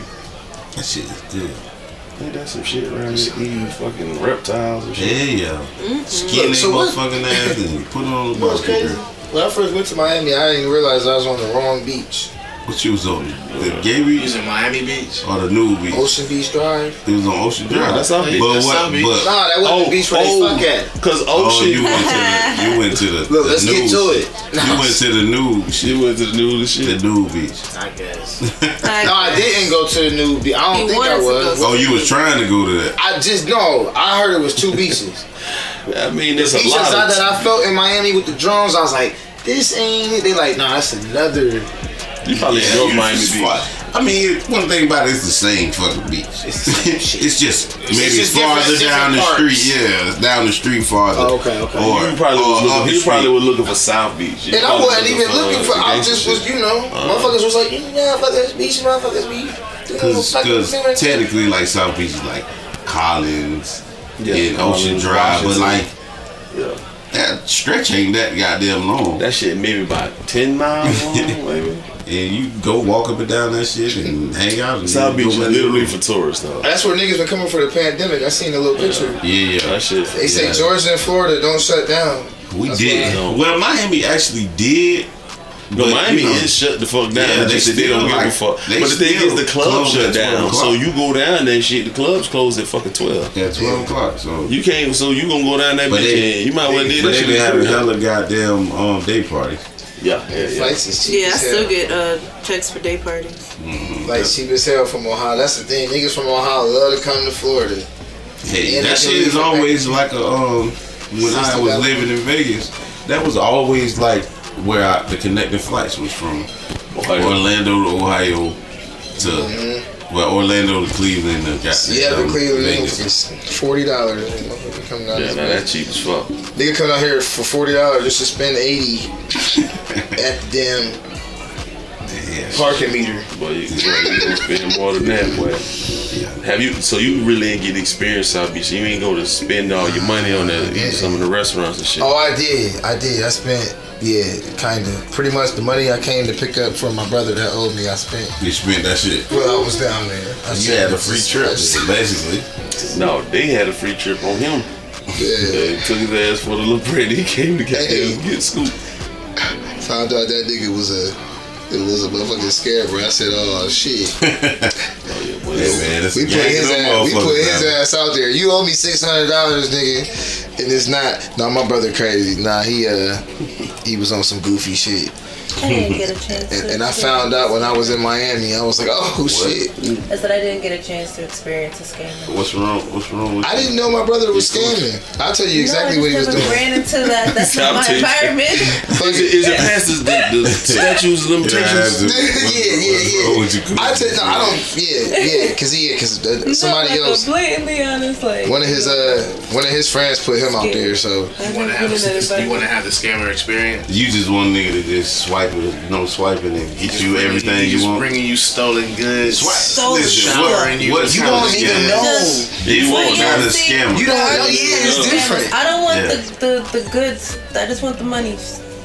B: That shit is good.
A: I think that's some shit around here eating fucking reptiles and shit.
B: Yeah, yeah.
D: Mm-hmm.
B: Skin
C: Look,
B: that
C: so what-
B: motherfucking ass and put it on the
C: You know what's
B: barbecue.
C: crazy?
B: grill.
C: When I first went to Miami, I didn't realize I was on the wrong beach.
B: What you was on? The gay beach
E: He's in Miami Beach.
B: or the new beach?
C: Ocean Beach Drive.
B: It was on Ocean Drive.
A: Yeah, that's our beach.
B: But
E: That's
B: what?
E: our beach.
C: Nah,
B: But
C: that wasn't
A: Oh,
C: the beach where they fuck at.
A: Cause
B: oh,
A: ocean.
B: you went to the you went to the,
C: Look,
B: the
C: let's
B: new,
C: get to it.
B: You went to the new
A: She
B: shit.
A: went to the noodle
B: The
A: shit.
B: new beach.
E: I guess.
C: No,
D: Like,
C: I didn't go to the new beach. I don't
D: He
C: think I
D: wanted to
C: was.
D: go.
B: Oh, you was trying to go to that.
C: I just know. I heard it was two beaches.
A: I mean, there's a
C: Beach
A: lot of.
C: outside that I felt in Miami with the drones, I was like, this ain't it. They like, nah, that's another.
A: you probably
B: Yeah,
A: enjoy
B: you
A: Miami
B: just
A: Beach.
B: fought. I mean, one thing about it, it's the same fucking beach.
C: It's the same shit.
B: It's just maybe
C: just different-
B: farther
C: different
B: down the
C: parts.
B: street. Yeah, it's down the street farther.
C: Oh, okay, okay.
B: Or,
A: You probably,
B: or
A: was
B: up
A: looking,
B: the
A: you probably
B: street.
A: was looking for South Beach. You
C: And I
A: probably
C: wasn't even looking for. I
A: gangsta
C: just
A: uh, shit.
C: was,
A: Uh-huh.
C: you know, motherfuckers was like, yeah, motherfuckers beach, motherfuckers beach. Dude, fucking
B: Because
C: doing it.
B: technically, like South Beach is like Collins
A: Yeah,
B: and Ocean
A: Collins,
B: Drive, but
A: Washington.
B: like
A: Yeah.
B: that stretch ain't that goddamn long.
A: That shit maybe about ten miles long, maybe.
B: and you go walk up and down that shit and hang out. And
A: South
B: go
A: Beach is
B: back to the
A: literally
B: room.
A: for tourists though.
C: That's where niggas been coming for the pandemic. I seen a little picture.
B: yeah, yeah.
A: That shit.
C: They say
B: Yeah.
C: Georgia and Florida don't shut down.
B: We
C: That's
B: did.
A: why-
B: Well, Miami actually did.
A: No,
B: but,
A: Miami
B: you know,
A: is shut the fuck down.
B: Yeah,
A: It's
B: they
A: just that they
B: still
A: don't
B: like-
A: give a fuck.
B: they
A: But the thing
B: still
A: is, the club
B: closed at
A: shut down.
B: 12
A: So
B: o'clock.
A: you go down that shit. The clubs close at fucking twelve.
B: at twelve o'clock. So
A: You can't. So you gonna go down that
B: But
A: bitch?
B: they-
A: and you might well
B: But
A: did that
B: they
A: shit.
B: been
A: at the
B: having
A: crib.
B: hella goddamn um, day parties.
A: Yeah, yeah, yeah.
C: Flights is cheap
D: yeah, I
C: as
D: still
C: hell.
D: get uh, texts for day parties.
C: Flights cheap as hell from Ohio. That's the thing. Niggas from Ohio love to come to Florida.
B: Hey,
C: And
B: that
C: they
B: shit
C: leave
B: is
C: it
B: always like a um. When I was
C: $60.
B: living in Vegas, that was always like where I, the connecting flights was from Orlando to Ohio to well Orlando to Cleveland. To goddamn
C: Yeah, but Cleveland
B: Vegas.
C: it's forty dollars. Nigga coming out,
A: Yeah,
C: this
A: nah,
C: bitch.
A: that's cheap as fuck.
C: nigga coming out here for forty dollars just to spend eighty at the damn
B: Yeah,
C: parking meter.
A: But you, boy, you gonna spend more than that, boy. Have you? So you really ain't get the experience out of it. So you ain't gonna spend all your money on the eat some of the restaurants and shit.
C: Oh, I did. I did. I spent. Yeah, kind of. Pretty much the money I came to pick up from my brother that owed me, I spent.
B: you spent that shit.
C: Well, I was down there. I
B: You
C: spent-
B: had a free trip, basically.
A: No, they had a free trip on him.
C: Yeah.
A: They took his ass for the little bread. He came to get,
C: Hey.
A: get scooped.
C: Found out that nigga was a it was a motherfucking scab. I said, oh shit.
A: Yeah, boy,
B: Yeah, man, that's
C: We put
B: yanking
C: his
B: them
C: ass. We put
B: motherfuckers
C: his
B: down.
C: ass out there. You owe me six hundred dollars, nigga. And it's not. Nah, my brother crazy. Nah, he uh, he was on some goofy shit.
D: I didn't get a chance.
C: And,
D: to
C: and I
D: experience-
C: found out when I was in Miami. I was like, oh shit.
H: That's that I didn't get a chance to experience this game.
B: What's wrong? What's wrong with
C: I
B: you?
C: didn't know my brother was scamming. I'll tell you exactly
H: no,
C: what he
H: I
C: was
H: just
C: doing.
H: never ran into that. That's not
A: Stop
H: my
A: teaching.
H: environment.
A: Is
C: Fuck
A: it,
C: it.
A: is it past the, the statues of
B: Yeah,
A: limitations?
C: Yeah, yeah,
B: What's wrong with
C: yeah.
B: you?
C: I tell no, I don't. Yeah, yeah, cause he, cause uh, somebody
H: Not like
C: else,
H: A blatantly honest, like
C: one of his, uh, one of his friends put him out there. So
H: I've
E: You want
H: never been in
E: to have
H: that
E: the, you want to
H: environment.
E: have the scammer experience.
B: You just one nigga to just swipe it, no swiping, and get you everything you
E: He's
B: want.
E: bringing you stolen goods.
B: Swipe. Listen,
E: showering
B: what,
E: you
B: what
E: with
B: you
E: kind of
B: want
E: scam?
B: even know?
C: no,
B: You
A: What
B: want
A: you
B: kind of
H: think?
B: scam?
C: you don't know. Yeah, Oh, it's different.
H: I don't want
B: Yeah.
H: the, the the goods. I just want the money.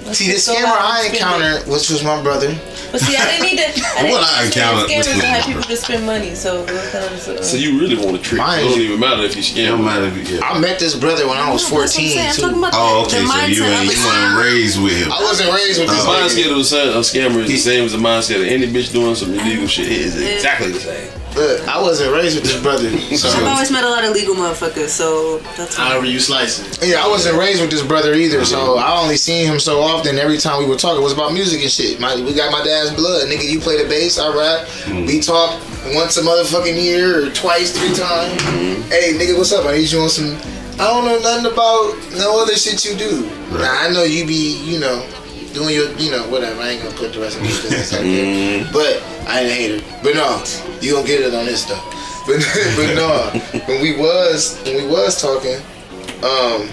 D: Let's
C: See, this
D: go
C: scammer
D: out and
C: I
D: spend it.
C: encountered, which was my brother.
D: But see, I didn't need to. I didn't
B: What I
D: need to
B: encountered
D: scam
B: was
D: scammers to
B: my
D: have
B: brother.
D: people to spend money. So, what kind of-
A: So you really want to trick?
C: Mine
A: it
C: is-
A: don't even matter if you
B: It
A: scam.
B: don't matter if you. Yeah.
C: I met this brother when I was
D: No, that's what I'm
C: 14
D: saying. I'm
C: too.
D: talking about
B: Oh, okay.
D: the- the
B: So you
D: mindset of
B: ain't
D: it.
B: you weren't raised with him.
C: I wasn't raised with this.
A: The mindset
C: nigga.
A: of a scam- of scammer is the same as the mindset of any bitch doing some illegal shit. It is exactly the same.
C: Look, I wasn't raised with this brother.
D: I've
C: So
D: always met a lot of legal motherfuckers, so that's why.
E: However you slice it.
C: yeah, I wasn't raised with this brother either. So I only seen him so often. Every time we would talk, it was about music and shit. My, we got my dad's blood, nigga. You play the bass, I rap. We talk once a motherfucking year or twice, three times. Hey, nigga, what's up? I need you on some. I don't know nothing about no other shit you do. Now I know you be, you know, doing your, you know, whatever. I ain't gonna put the rest of this business out there. But I ain't a hater. But no, you gonna get it on this stuff. But but no, when we was when we was talking, um,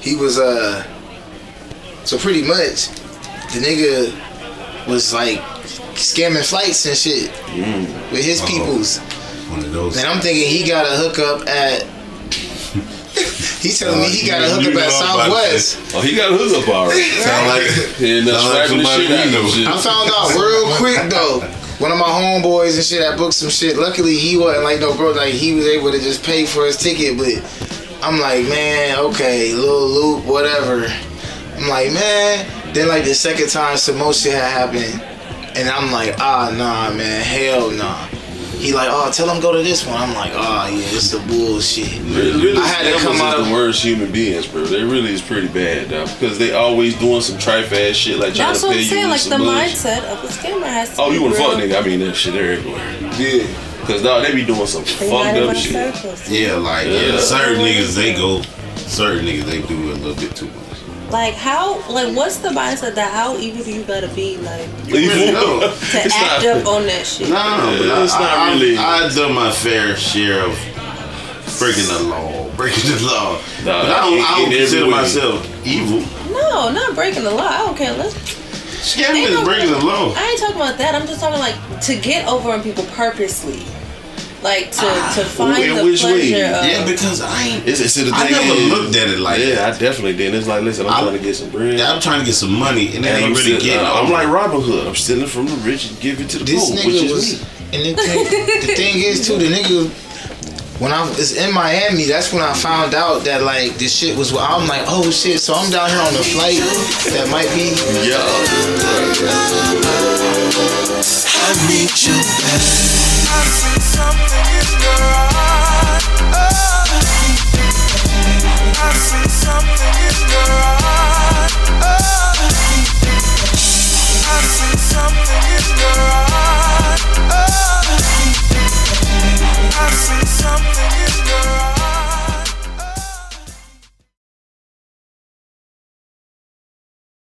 C: he was uh, so pretty much the nigga was like scamming flights and shit
B: Mm.
C: with his peoples.
B: One of those.
C: And I'm thinking he got a hookup at. He's telling me he got a
B: Uh, You- you
C: hookup
B: know
C: at
B: about
C: Southwest.
A: Oh, he got a hookup already.
B: Sound like
A: Yeah, that's
B: Sound like
A: like
B: somebody
A: shit
B: we
A: out
B: know.
A: of shit.
C: I found out real quick though. One of my homeboys and shit, I booked some shit. Luckily, he wasn't like no bro. Like he was able to just pay for his ticket. But I'm like, man, okay, little loop, whatever. I'm like, man. Then like the second time, some more shit had happened, and I'm like, ah, nah, man, hell nah. He like, oh, tell him go to this one. I'm like, ah, yeah, it's the bullshit.
A: Really, really
C: I had to
A: scammers
C: come
A: is
C: out of-
A: the worst human beings, bro. They really is pretty bad though, because they always doing some trife ass shit like trying
D: That's
A: to
D: what
A: pay
D: I'm
A: you
D: saying.
A: with
D: Like
A: some
D: the
A: bullshit.
D: mindset of a scammer has to.
A: Oh,
D: be
A: you want to
D: real.
A: fuck nigga? I mean that shit everywhere.
C: Yeah.
A: Cause dog, they be doing some
D: They not
A: fucked
D: in
A: up
D: my
A: shit.
D: circles.
B: Yeah, like
A: Yeah.
B: yeah. certain niggas they go, certain niggas they do it a little bit too much.
D: Like how? Like what's the mindset that how evil do you gotta be like
B: You really know.
D: to
A: It's
D: act
A: not-
D: up on that shit?
B: No, no,
A: Yeah,
B: but
A: it's
B: I,
A: not
B: I,
A: really-
B: I, I done my fair share of breaking the law, breaking the law.
A: Nah,
B: but I don't, I
A: in-
B: don't
A: in
B: consider
A: every way.
B: myself evil.
D: No, not breaking the law. I don't care. Let's.
B: Scamming
D: Ain't
B: is
D: no-
B: breaking the law.
D: I ain't talking about that. I'm just talking like to get over on people purposely, like to to find
A: in
D: the
A: Ah, which
D: pleasure
A: way?
D: of.
B: yeah, because I ain't.
A: It's, it's the thing
B: I never
A: is-
B: looked at it like
A: Yeah,
B: that.
A: I definitely did. It's like, listen, I'm
B: I-
A: trying to get some bread.
B: I'm trying to get some money, and
A: and
B: it ain't
A: I'm,
B: really
A: stealing-
B: getting.
A: I'm
B: over.
A: like Robin Hood. I'm stealing from the rich and giving to the
C: This
A: poor, which
C: nigga
A: is
C: was,
A: me.
C: and the thing, the thing is too, the nigga. When I was in Miami, that's when I found out that like this shit was. I'm like, oh shit! So I'm down here on the flight that might be.
A: Yeah.
I: I see something in your eye. Oh. I see something in your eye. Oh.